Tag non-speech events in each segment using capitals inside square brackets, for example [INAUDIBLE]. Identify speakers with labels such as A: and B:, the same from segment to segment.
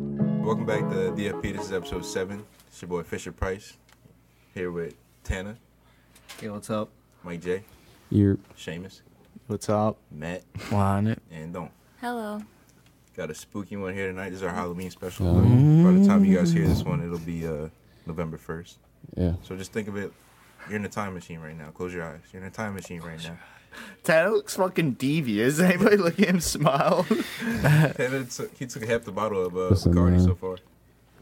A: Welcome back to DFP. This is episode seven. It's your boy Fisher Price here with Tana,
B: Yo, what's up?
A: Mike J,
C: You're
A: Seamus,
C: what's up?
A: Matt,
C: Wine it.
A: and Don.
D: [LAUGHS]
E: Hello.
A: Got a spooky one here tonight. This is our Halloween special. By the time you guys hear this one, it'll be uh, November first.
C: Yeah.
A: So just think of it. You're in a time machine right now. Close your eyes. You're in a time machine right now.
D: Tanner looks fucking devious. Anybody look at him
C: [LAUGHS]
D: smile?
A: Tana took, he took half the bottle of uh,
C: Listen,
A: Bacardi
C: man.
A: so far.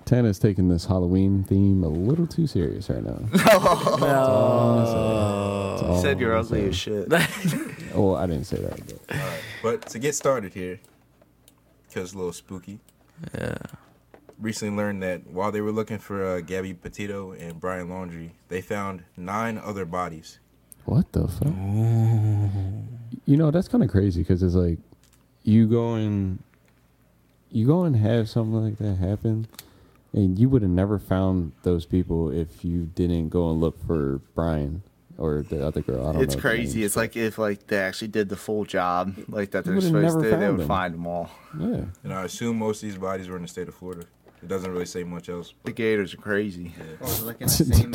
C: Tana's taking this Halloween theme a little too serious right
D: [LAUGHS]
C: now. That's all I'm gonna say. That's all
D: Said you're
C: I'm
D: ugly
C: gonna
D: as shit.
C: say. Well, I didn't say that. But.
A: But to get started here, because it's a little spooky.
B: Yeah.
A: Recently learned that while they were looking for uh, Gabby Petito and Brian Laundry, they found nine other bodies.
C: What the fuck? You know that's kind of crazy because it's like you go and you go and have something like that happen, and you would have never found those people if you didn't go and look for Brian or the other girl. I don't
D: It's
C: know their
D: crazy.
C: names.
D: It's like if like they actually did the full job like that they're
C: would've
D: supposed
C: never
D: to, they
C: found
D: would
C: them.
D: find them all.
C: yeah.
A: And I assume most of these bodies were in the state of Florida. It doesn't really say much else.
D: The Gators are crazy.
B: I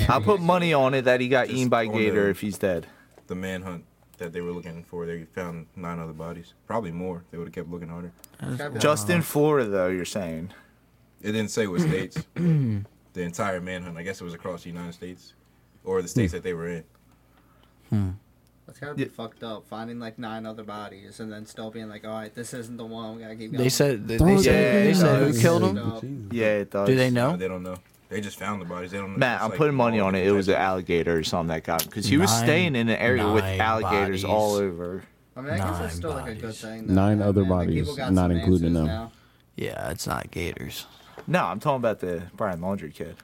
D: I put money on it that he got
A: Just
D: eaten by
A: on
D: Gator
A: the-
D: if he's dead.
A: The manhunt that they were looking for, they found nine other bodies. Probably more. They would have kept looking harder.
D: Just in Florida though, you're saying.
A: It didn't say what states. the entire manhunt. I guess it was across the United States or the states that they were in.
B: That's gotta be
D: Yeah.
B: fucked up. Finding like nine other bodies and then still being like, all right, this isn't the one. We gotta keep going.
F: They said they,
C: Don't
F: they said,
D: they
F: they said
D: know.
F: who killed him.
B: No.
D: Yeah, it does.
F: Do they know?
A: No, they don't know. They just found the bodies. They don't.
D: Matt,
A: it's
D: I'm
A: like
D: putting money on it. It was an
A: multiple
D: alligator or something that got him because he was
F: Nine-
D: staying in an area with
F: nine
D: alligators all
F: bodies.
D: over.
B: I mean, I guess
F: Nine
B: it's still like a good
F: bodies.
B: thing. though,
C: Nine
B: man.
C: other
B: Like,
C: bodies,
B: people got
C: not
B: some
C: including
B: answers
C: them.
B: now.
F: Yeah, it's not gators.
D: No, I'm talking about the Brian Laundry kid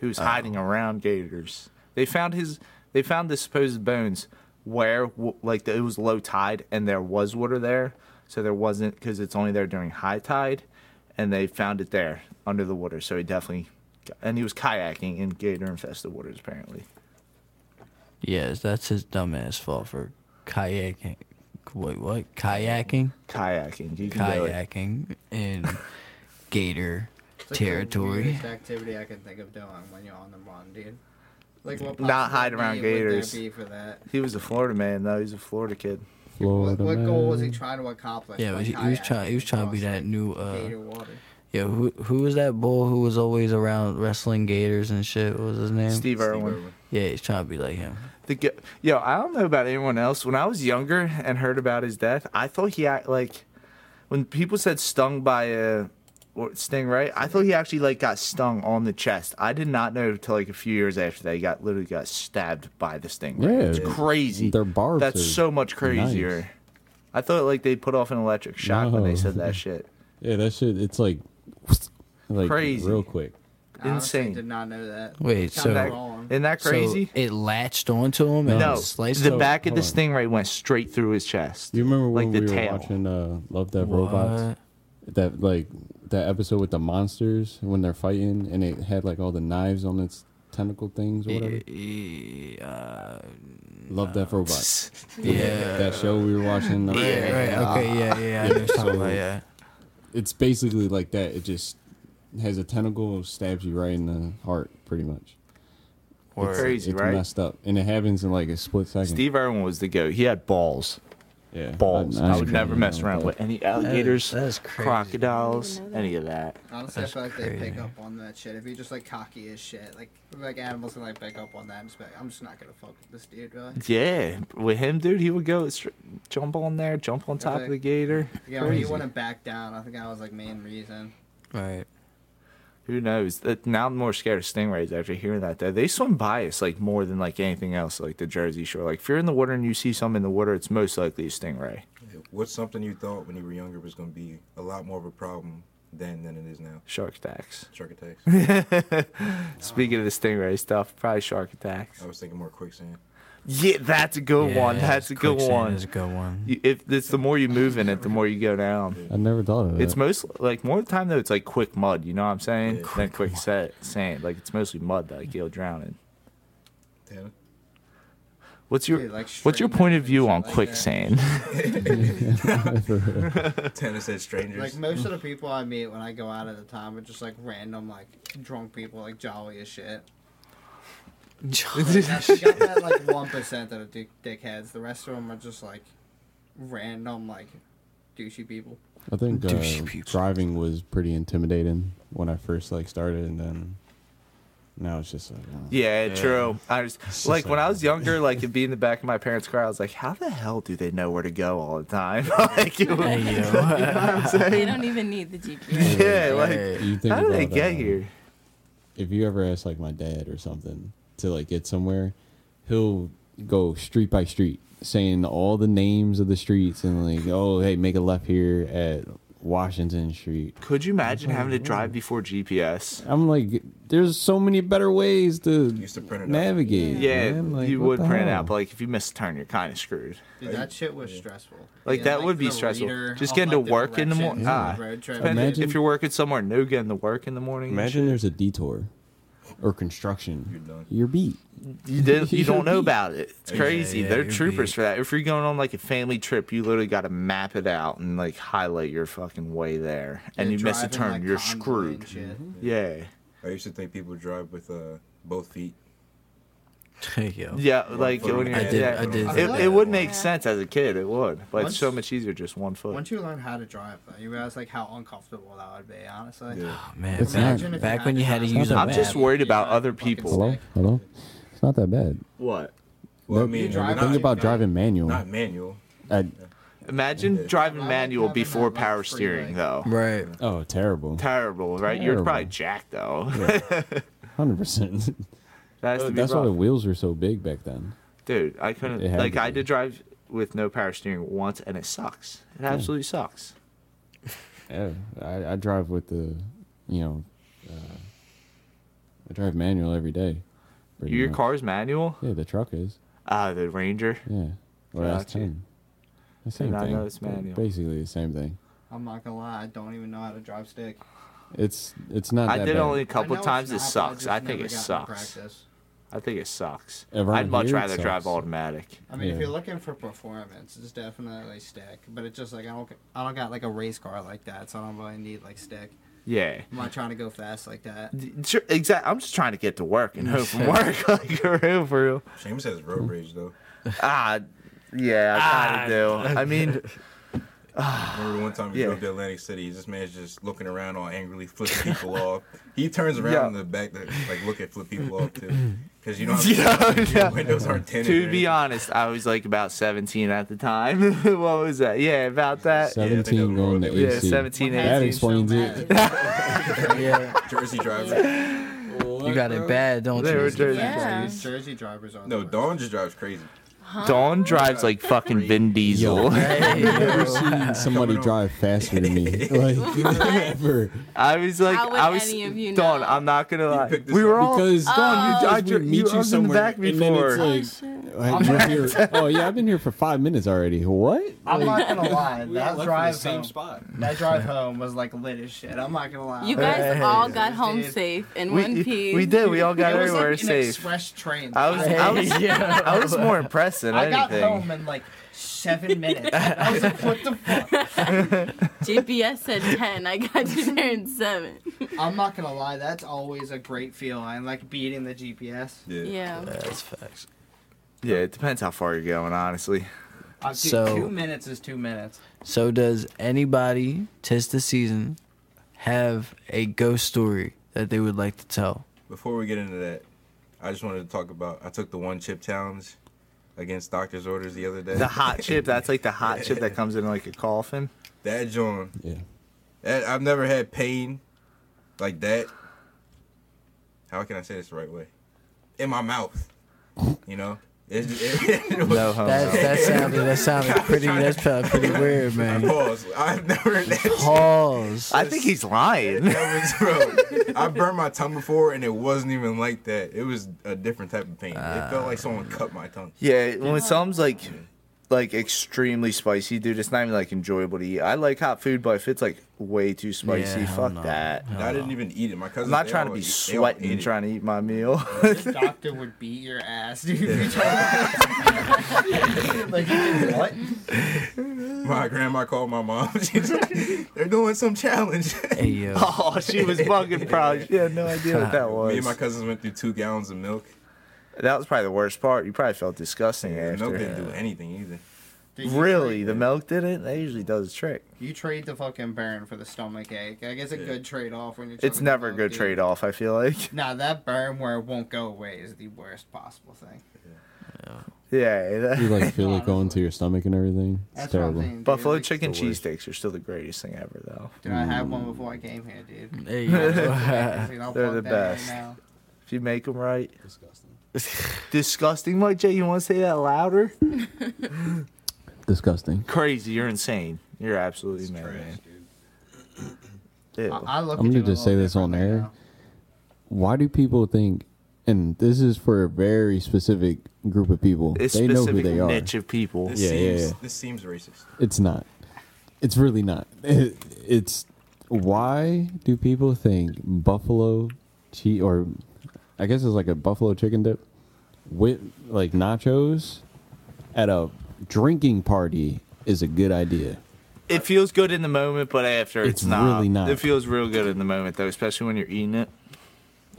D: who was hiding around Gators. They found his. They found the supposed bones where, w- like, the, it was low tide and there was water there, so there wasn't because it's only there during high tide, and they found it there under the water. So he definitely, and he was kayaking in gator infested waters apparently.
F: Yes, that's his dumbass fault for kayaking. Wait, what? Kayaking,
D: Kayaking, you can do it.
F: kayaking in gator
B: It's like the
F: territory.
B: weirdest activity I can think of doing when you're on the run, dude. Like what?
D: Not hide
B: possible
D: around
B: need would there
D: gators.
B: be for that?
D: He was a Florida man though. He's a Florida kid.
B: What,
C: Florida
B: what goal was he
C: man.
B: trying to accomplish?
F: Yeah,
B: by
F: but he, he was trying. He was
B: kayaking
F: trying to be
B: across,
F: that new.
B: like,
F: uh
B: gator water?
F: Yeah, who who was that bull who was always around wrestling gators and shit? What was his name?
D: Steve
A: states. Steve
D: Irwin.
A: Irwin.
F: Yeah, he's trying to be like him.
D: The g- yo, I don't know about anyone else. When I was younger and heard about his death, I thought he act like when people said stung by a or sting, right? I thought he actually like got stung on the chest. I did not know till like a few years after that he got literally got stabbed by the sting.
C: Yeah.
D: it's crazy.
C: Their barbs
D: That's
C: are
D: so much crazier.
C: nice.
D: I thought like they put off an electric shock when they
C: No.
D: said that shit.
C: Yeah, that shit. It's like, like
D: Crazy.
C: real quick.
B: I honestly
D: Insane.
B: Did not know that.
F: Wait,
B: Kinda
F: so- That-
B: wrong.
D: Isn't that
F: So
D: crazy?
F: it latched onto him and
D: no,
F: it sliced
D: the
F: him.
D: back of the
C: hold on.
D: stingray went straight through his chest.
C: You remember when
D: like
C: we
D: the
C: were
D: tail.
C: watching uh, Love Death
F: Uh,
C: Robots? That like that episode with the monsters when they're fighting and it had like all the knives on its tentacle things or whatever.
F: Yeah, uh,
C: Love
D: [LAUGHS]
C: Death Robots.
F: yeah.
C: That show we were watching. uh,
F: Right, okay, yeah, yeah, I know what you're talking about, yeah.
C: It's basically like that. It just has a tentacle stabs you right in the heart, pretty much.
F: Or
D: It's crazy,
C: it's
D: right?
C: messed up, and it happens in like a split second.
D: Steve Irwin was the goat. He had balls.
C: yeah,
D: Balls. I, would
C: agree,
D: never
C: you
D: mess
C: know,
D: around
C: but-
D: with any alligators,
F: that is crazy.
D: crocodiles,
E: I didn't know that.
D: any of that.
B: Honestly, I
F: That's
B: feel like they pick
F: crazy.
B: up on that shit. If you're just like cocky as shit, like like animals can like pick up on that. And just be like, I'm just not gonna fuck with this dude, really.
D: Yeah. With him, dude, he would go str- jump on there, jump on top of the gator.
B: Yeah, when he wouldn't back down. I think that was like main reason.
F: Right.
D: Who knows? That- Now I'm more scared of stingrays after hearing that. Though. They swim by us like more than like anything else, like the Jersey Shore. Like if you're in the water and you see some in the water, it's most likely a stingray.
A: What's something you thought when you were younger was going to be a lot more of a problem then than it is now?
D: Shark attacks.
A: Shark attacks.
D: Speaking of the stingray stuff, probably shark attacks.
A: I was thinking more quicksand.
D: Yeah, that's a good one. That's a good one.
F: That's a
D: [LAUGHS]
F: good one.
D: You- if it's the more you move in it, the more you go down.
C: I never thought of that.
D: It's most like more of the time though. It's like quick mud. You know what I'm saying?
A: Yeah.
D: Than quick set, sand. Like it's mostly mud that like you'll drown in.
A: Tana?
D: What's your
B: Dude, like
D: What's your
B: straight
D: point
B: up
D: of
B: and
D: view
B: shit
D: on
B: like
C: [LAUGHS]
B: that.
D: quicksand?
A: [LAUGHS] Tanner said strangers.
B: Like most of the people I meet when I go out at the time are just like random, like drunk people, like jolly as shit. Like, that's- you got that like one percent that are dick- dickheads. The rest of them are just like random, like douchey people.
C: I think uh,
F: Douchey people.
C: driving was pretty intimidating when I first like started, and then now it's just like uh,
D: [LAUGHS] yeah, true. I just,
C: just
D: like when
C: like-
D: I was
C: [LAUGHS]
D: younger, like it'd be in the back of my parents' car. I was like, how the hell do they know where to go all the time? [LAUGHS] like, it was-
F: Hey, [LAUGHS]
C: [LAUGHS]
F: yo.
E: They don't even need the GPS.
D: yeah,
F: Hey.
D: like
C: you think
D: how did they
C: about,
D: get
C: uh,
D: here?
C: If you ever ask like my dad or something to like get somewhere, he'll go street by street saying all the names of the streets and like, oh hey, make a left here at Washington Street.
D: Could you imagine having to drive before GPS?
C: I'm like, there's so many better ways to,
A: Used to print it out.
C: navigate.
D: Yeah,
C: man. Like,
D: you
C: what
D: would
C: the
D: print it
C: hell?
D: out, but like if you miss a turn, you're kind of screwed.
B: Dude, that shit was stressful.
D: Like,
B: Yeah,
D: that would be
B: the
D: stressful.
B: reader
D: Just
B: of,
D: getting
B: like,
D: to work in the
B: directions,
D: mor- ah.
B: road trip.
D: Depending-
C: Imagine-
D: if you're working somewhere, no getting to work in the morning. and
C: Imagine there's a detour or construction. You're
A: done.
C: beat.
D: You, did, you
C: You're
D: don't
B: [LAUGHS]
D: know
C: beat.
D: about it. It's
F: Yeah,
D: crazy.
F: yeah,
D: They're
F: you're
D: troopers
F: beat.
D: for that. If you're going on like a family trip, you literally got to map it out and like highlight your fucking way there. And
B: Yeah,
D: you miss a
B: driving,
D: turn,
B: like,
D: you're
B: convoy
D: screwed.
B: and shit.
D: Yeah.
A: I used to think people drive with uh, both feet.
F: Hey, yo.
D: Yeah, like
A: foot on
D: when
A: the
D: you're,
F: I did-
D: yeah.
F: I did
D: It,
B: that.
D: it would make
E: Yeah.
D: sense as a kid. It would, but it's so
B: Once-
D: much easier just one foot.
B: Once you learn how to drive, though, you realize like how uncomfortable that would be. Honestly,
A: Yeah.
F: Oh, man,
C: It's
F: back,
B: not-
F: back when you had to
B: It's
F: use a
C: not
D: I'm
F: map.
D: just worried about
B: Yeah,
D: other
B: fucking
D: people.
C: Hello? Hello? It's not that bad.
D: What?
A: Well, I
C: Nope.
A: mean,
B: You drive
A: not,
C: Think about driving manual.
A: not manual.
C: I-
D: Imagine driving
B: Why would
D: manual
B: you have
D: before
B: another
D: power
B: free
D: steering,
B: leg?
D: though.
F: Right.
C: oh, terrible.
D: Terrible, right? You're probably
C: Terrible.
D: jacked, though.
C: Hundred percent.
D: [LAUGHS] that has to be
C: That's why
D: rough.
C: the wheels were so big back then.
D: Dude, I couldn't.
C: It had
D: Like,
C: to
D: I
C: be.
D: did drive with no power steering once, and it sucks. It absolutely sucks.
C: Yeah, I, I drive with the, you know, uh, I drive manual every day. pretty
D: Your
C: much.
D: car's manual?
C: Yeah, the truck is.
D: Ah, the Ranger.
C: Yeah. Or that's
D: Gotcha.
C: ten. The same
D: I
C: thing.
D: know it's manual.
C: Basically the same thing.
B: I'm not gonna lie, I don't even know how to drive stick.
C: It's it's not.
D: I
C: that
D: did
C: bad.
D: only a
B: I know
D: couple
B: it's
D: times.
B: not,
D: It
B: but
D: sucks.
B: just
D: I think
B: never
D: it
B: got in
D: sucks.
B: practice.
D: I think it sucks.
C: Around
D: I'd much
C: here, it
D: rather drive
C: sucks.
D: automatic.
B: I mean, if
C: Yeah.
B: you're looking for performance, it's definitely stick. But it's just like I don't, I don't got like a race car like that, so I don't really need like stick.
D: Yeah.
B: I'm not trying to go fast like that.
D: Sure, exactly. I'm just trying to get to work and
C: [LAUGHS]
D: home from work. [LAUGHS] Like, for real, for real.
A: Seamus has road rage though.
D: Ah, yeah, I
C: Ah.
D: kind of do. I
C: [LAUGHS]
D: mean, [LAUGHS]
A: Remember one time we
D: Yeah.
A: drove to Atlantic City, this man's just looking around all angrily, flipping people off. He turns around
D: Yeah.
A: in the back to like look at flip people off too, because you know
D: Yeah,
A: how many
D: [LAUGHS] yeah.
A: windows aren't tinted. or
D: to
A: anything.
D: be honest, I was like about 17 at the time. [LAUGHS] what was that? Uh, Yeah, about that.
A: I think
C: Seventeen
A: that's
C: going
A: what
C: to
A: it
D: Yeah,
A: is.
C: AC.
D: 17,
C: That
D: 18.
A: [LAUGHS]
C: explains it.
F: Yeah.
A: Jersey driver.
F: You got it bad, don't
D: They were
F: you?
D: Jersey.
E: Yeah.
D: boys.
B: Jersey drivers are.
A: No,
B: the worst.
A: Dawn just drives crazy.
D: Dawn drives like fucking Vin Diesel.
F: Hey, yo.
C: Somebody
A: Coming on.
C: drive faster than me. Like
A: [LAUGHS]
C: never.
D: [LAUGHS] I was like,
E: How would
D: I was
E: any of you
D: Dawn.
E: know?
D: I'm not gonna lie.
A: picked this
D: We were
A: up Oh,
D: all
C: Because Don, you,
D: I
C: I
D: dri- you- I
C: meet
D: was in
C: you
D: the
C: somewhere,
D: back
C: and then
D: before.
C: it's like, Like,
D: [LAUGHS]
C: you're here- oh yeah, I've been here for five minutes already. What?
B: I'm not gonna lie. That drive home,
C: spot.
B: that drive home was like lit as shit. I'm not gonna
E: [LAUGHS]
B: lie.
E: You
B: [LAUGHS]
E: guys all got
B: Hey.
E: home safe in one
D: we, e-
E: piece.
D: we
E: [LAUGHS]
D: did. We all got
B: it was
D: everywhere
B: like an
D: safe.
B: express train.
D: I was, I was, I was more impressed than
B: I got
D: anything.
B: home in like seven minutes. I was like, what
D: [LAUGHS]
B: the fuck?
E: GPS said 10. I got you there
D: [LAUGHS]
E: in 7.
B: I'm not gonna lie, that's always a great feeling, like beating the GPS.
A: Yeah.
E: Yeah.
F: That's facts.
D: Yeah, it depends how far you're going, honestly.
B: Uh, dude,
F: So-
B: two minutes is
D: [LAUGHS]
B: two minutes.
F: So does anybody test the season have a ghost story that they would like to tell?
A: Before we get into that, I just wanted to talk about. I took the one chip challenge against doctor's orders the other day. [LAUGHS]
D: The hot chip, that's like the hot chip that comes in like a coffin.
A: that John.
C: Yeah.
A: That, I've never had pain like that. How can I say this the right way? In my mouth, you know. It's, it, [LAUGHS] it was,
D: Oh, No homo.
F: That that sounded that sounded
D: [LAUGHS]
F: pretty that's probably pretty weird, man.
A: Pause. I've never. [LAUGHS] That,
F: Pause.
D: I think he's lying. [LAUGHS]
A: that was, bro, I burned my tongue before, and it wasn't even like
D: Ah.
A: that. It was a different type of pain. it felt like someone cut my tongue.
D: Yeah, when something's like like extremely spicy, dude, it's not even like enjoyable to eat. I like hot food, but if it's like way too spicy,
F: Yeah, hell
D: fuck
F: no.
D: that.
A: I didn't even eat it. My cousin.
D: I'm not trying to be sweating trying to eat
A: [LAUGHS]
D: my meal.
B: This doctor would beat your ass, dude. if [LAUGHS] you tried- [LAUGHS] like, you did what?
A: My grandma called my mom. [LAUGHS] She's like, "They're doing some challenge."
F: Hey yo,
D: [LAUGHS] oh, she was fucking proud. She had no idea what that
A: [LAUGHS] Me
D: was.
A: and my cousins went through two gallons of milk.
D: That was probably the worst part. You probably felt disgusting
A: The milk
D: after.
A: didn't do anything either.
B: Dude, you
D: Really,
B: trade-
D: the milk did it. That usually does the trick.
B: You trade the fucking burn for the stomach ache. I guess a good trade off when you're.
D: It's
B: choking
D: never a
B: milk,
D: good
B: dude.
D: trade off. I feel like. [LAUGHS]
B: Nah, that burn where it won't go away is the worst possible thing.
D: Yeah. that-
C: You like feel it going to your stomach and everything. It's
B: That's what I'm
C: terrible.
B: saying.
D: [LAUGHS]
B: Dude.
D: Buffalo
B: Like,
D: chicken
C: the worst.
D: cheesesteaks are still the greatest thing ever, though.
B: Dude, I had
C: Mm.
B: one before I came here,
C: [LAUGHS]
B: dude.
D: [LAUGHS]
F: hey yo.
B: Dude, I'll
D: They're
B: plug
D: the
B: that right
D: best.
B: now.
D: If you make them right.
C: Disgusting.
D: [LAUGHS] Disgusting, Mike J. You want to say that louder?
C: Disgusting.
D: Crazy. You're insane. You're absolutely mad, man. Ew.
B: I, I look
C: I'm
B: at
C: gonna
B: you a
C: just say
B: little
C: this on
B: differently
C: air.
B: now.
C: Why do people think? And this is for a very specific group of people.
D: It's
C: they know who
D: specific
C: they are.
D: niche of people.
A: This
C: Yeah, yeah,
A: seems
C: yeah.
A: this seems racist.
C: It's not. It's really not. [LAUGHS] It- it's why do people think buffalo cheese or I guess it's like a buffalo chicken dip with like nachos at a drinking party is a good idea.
D: It feels good in the moment, but after it's,
C: It's really not.
D: It feels real good in the moment though, especially when you're eating it.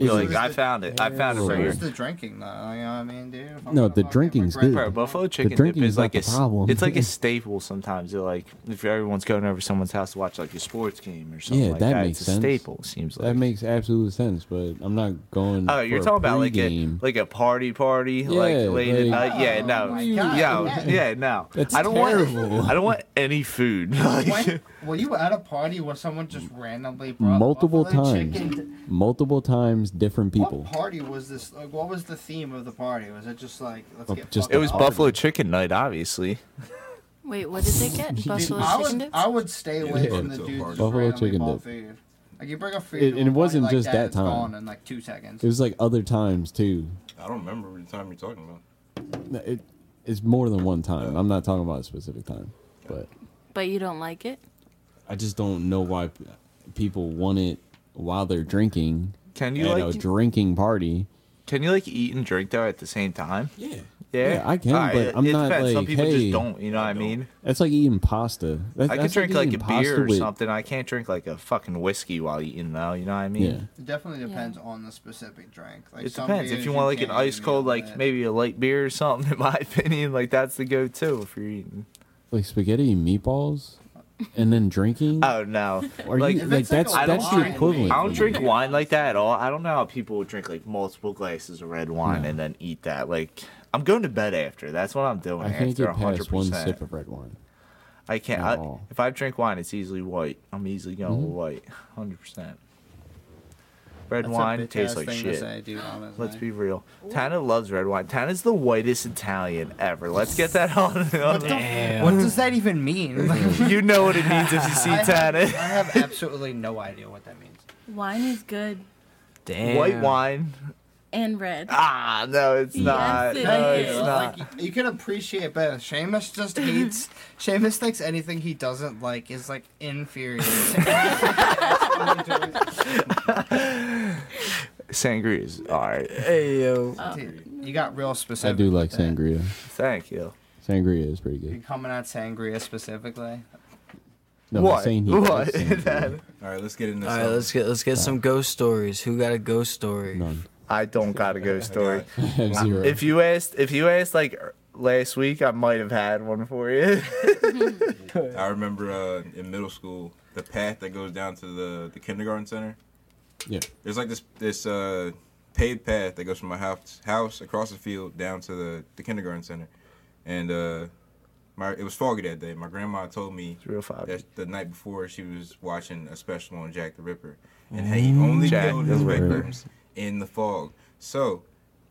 C: It's
D: You're like,
C: just-
D: I found it. I found it
B: So
D: right here.
B: where's the drinking though? You know what I mean, dude? If I'm
C: No,
B: gonna
C: the
B: fucking
C: drinking's
B: regret-
C: good.
D: Bro, buffalo chicken dip
C: drinking
D: is
C: is not
D: like
C: the
D: a s-
C: problem.
D: It's like
C: [LAUGHS]
D: a staple sometimes. They're like if everyone's going over someone's house to watch like a sports game or something
C: Yeah,
D: like
C: that
D: that,
C: makes
D: it's a
C: sense.
D: staple. it Seems like
C: that makes absolute sense, but I'm not going.
D: Oh, you're
C: for a
D: talking about like a
C: pregame.
D: like a party party, like
C: Yeah,
D: late at
C: like-
D: night. Yeah,
B: Oh
D: no,
B: my
D: yeah,
B: God,
D: yeah,
B: yeah.
D: no.
C: That's
D: I don't
C: terrible.
D: want. I don't want any food. [LAUGHS]
B: [LAUGHS] When,
D: Like,
B: [LAUGHS] were you at a party where someone just randomly brought
C: multiple
B: buffalo
C: times,
B: Chicken?
C: multiple times, different people.
B: What party was this? Like, what was the theme of the party? Was it just like let's
C: Oh,
B: get
C: just-
B: fucked
D: it was
B: up?
D: buffalo chicken night, obviously.
E: Wait, what did they
D: [LAUGHS]
E: get?
B: Dude,
E: Buffalo
B: I
E: chicken
B: would
E: dips?
B: I would stay away
A: Yeah.
B: from the
A: Buffalo
B: dude just
C: chicken
B: randomly
C: dip.
B: bought food. Like you bring a food,
C: It- and
B: to
C: it
B: a party
C: wasn't
B: like
C: just that
B: it's
C: time.
B: Gone in like two seconds.
C: It was like other times too.
A: I don't remember the time you're talking about.
C: No, It, it's more than one time. I'm not talking about a specific time, but
E: But you don't like it?
C: I just don't know why p- people want it while they're drinking
D: Can you
C: at
D: like?
C: a drinking party.
D: Can you like eat and drink though at the same time?
C: Yeah,
D: Yeah,
C: I can,
D: Alright,
C: but
D: it-
C: I'm
D: it
C: not
D: depends.
C: like
D: Some people
C: hey.
D: just don't. You know what I mean?
C: That's like eating pasta. That,
D: I can
C: that's
D: drink like a
C: eating pasta
D: beer or
C: with-
D: something. I can't drink like a fucking whiskey while eating though. You know what I mean?
C: Yeah,
B: It definitely depends on the specific drink. Like
D: It
B: some
D: depends. If
B: beers
D: you want like an
B: can,
D: ice
B: you
D: cold,
B: know,
D: like
B: that-
D: maybe a light beer or [LAUGHS] something, in my opinion, like that's the go-to if you're eating.
C: like spaghetti and meatballs, and then drinking.
D: Oh no!
C: Or
D: like,
C: you,
B: If
C: like
B: it's like
C: that's
B: a
C: that's
B: wine,
C: the equivalent.
D: I don't drink wine like that at all. I don't know how people would drink like multiple glasses of red wine and then eat that. Like I'm going to bed after. That's what I'm doing
C: I can't
D: after
C: get
D: 100.
C: past one sip
D: percent
C: of red wine.
D: I can't.
C: at
D: I,
C: all.
D: if I drink wine, it's easily white. I'm easily going
C: Mm-hmm.
D: with white. 100. percent Red
B: That's a
D: wine
B: bitch-ass
D: tastes like
B: thing
D: shit.
B: To say, dude, honestly.
D: Let's be real. Tana loves red wine. Tana's the whitest Italian ever. Let's get that on. on
F: Damn.
B: What does that even mean? Like,
D: [LAUGHS] you know what it means if you see
B: [LAUGHS] I, have, I
D: Tana.
B: have absolutely no idea what that means.
E: Wine is good
D: [LAUGHS]
F: Damn.
D: White wine.
E: and red.
D: Ah, no, it's
E: Yes,
D: not.
E: it
D: no,
E: is.
D: it's not.
B: Like, you can appreciate both. Seamus just hates. Seamus thinks anything he doesn't like is like
E: [LAUGHS]
B: inferior.
D: Sangria is all right.
C: [LAUGHS]
F: Hey yo.
B: Dude, you got real
C: I
B: specific.
C: do like
B: with that.
C: sangria.
D: Thank you.
C: Sangria is pretty
B: You're
C: good.
B: coming at sangria specifically.
C: No, I'm
D: what?
C: saying he likes
D: [LAUGHS] what?
C: sangria.
A: All right, let's get into
F: All right,
A: something.
F: let's get let's get some ghost stories. Who got a ghost story?
C: None. [LAUGHS]
D: I don't got a ghost story.
C: I have zero.
D: If you asked, if you asked like er, last week, I might have had one for you. [LAUGHS]
A: I remember uh, in middle school, the path that goes down to the, the kindergarten center.
C: yeah.
A: There's like this this uh, paved path that goes from my house house across the field down to the, the kindergarten center, and uh, my it was foggy that day. My grandma told me
D: Real five.
A: that the night before she was watching a special on Jack the Ripper, and he only
D: Jack
A: killed
D: the
A: his
D: Ripper.
A: victims in the fog. So,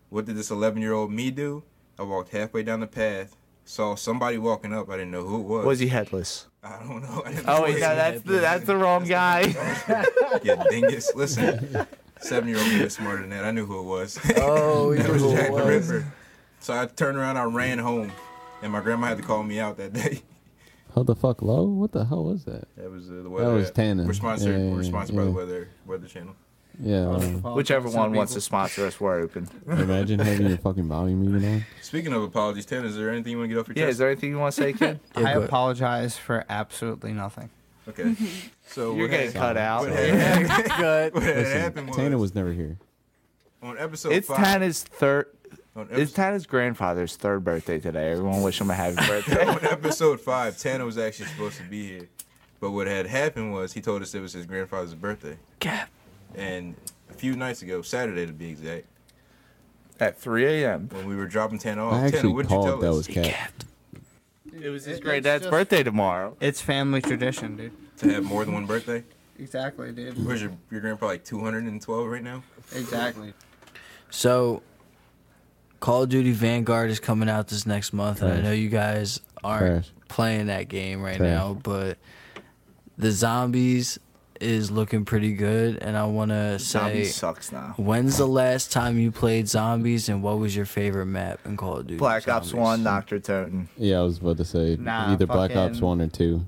A: what did this 11 year old me do? I walked halfway down the path, saw somebody walking up. I didn't know who it was.
D: Was he headless?
A: I don't know. [LAUGHS] I didn't
D: Oh
A: know
D: wait,
A: it.
D: no, that's the that's the wrong guy.
A: Yeah, dingus. Listen, seven year old me was smarter than that. I knew who it was. [LAUGHS]
F: Oh, [LAUGHS]
A: That was Jack the Ripper. So I turned around, I ran home. and my grandma had to call me out that day.
C: How the fuck low? What the hell was that?
A: That was uh, the weather.
C: was
A: app.
C: tannin.
A: We're sponsored.
C: Yeah, yeah,
A: we're
C: yeah,
A: sponsored by
C: yeah.
A: the weather weather channel.
C: Yeah,
D: [LAUGHS]
C: um,
D: Whichever one wants to
B: to.
D: sponsor us, we're open.
C: imagine having your fucking volume even on.
A: Speaking of apologies, Tanner, is there anything you want to get off your
D: Yeah, is
A: chest?
D: there anything you want to say, kid?
B: I
F: but-
B: apologize for absolutely nothing.
A: okay.
D: [LAUGHS]
A: So
D: [LAUGHS] You're
A: what
D: getting
A: happened-
D: cut out.
A: What
D: [LAUGHS]
A: had happened, what had happened
C: [LAUGHS] Listen,
A: was,
C: Tana was never here.
A: on episode
D: It's
A: five.
D: Tana's third.
A: on episode,
D: It's Tana's grandfather's third birthday today. Everyone wish him a [LAUGHS] happy
A: [LAUGHS]
D: birthday.
A: on episode five, Tana was actually supposed to be here, but what had happened was he told us it was his grandfather's birthday,
F: God.
A: and a few nights ago, Saturday to be exact,
D: At 3 a.m.
A: when we were dropping Oh, Tana off,
C: I
A: Tana,
C: actually
A: what did you
C: called
A: tell
C: that
A: us?
C: was cat.
D: It was his
B: It-
D: great
B: it's
D: dad's
B: just-
D: birthday tomorrow.
B: It's family tradition, dude.
A: to have more than one birthday?
B: Exactly, dude.
A: Where's your your grandpa like two hundred and twelve right now?
B: Exactly.
F: So, Call of Duty Vanguard is coming out this next month, and I
C: Trash.
F: know you guys aren't
C: Trash.
F: playing that game right
C: Trash.
F: now, but the zombies is looking pretty good, and I want to
D: Zombie
F: say.
D: sucks now.
F: [LAUGHS] When's the last time you played zombies, and what was your favorite map in Call of Duty?
D: Black Ops
F: Zombies?
D: 1, Dr. Toten.
C: Yeah, I was about to say
B: Nah,
C: either Black Ops
B: fucking-
C: one or two.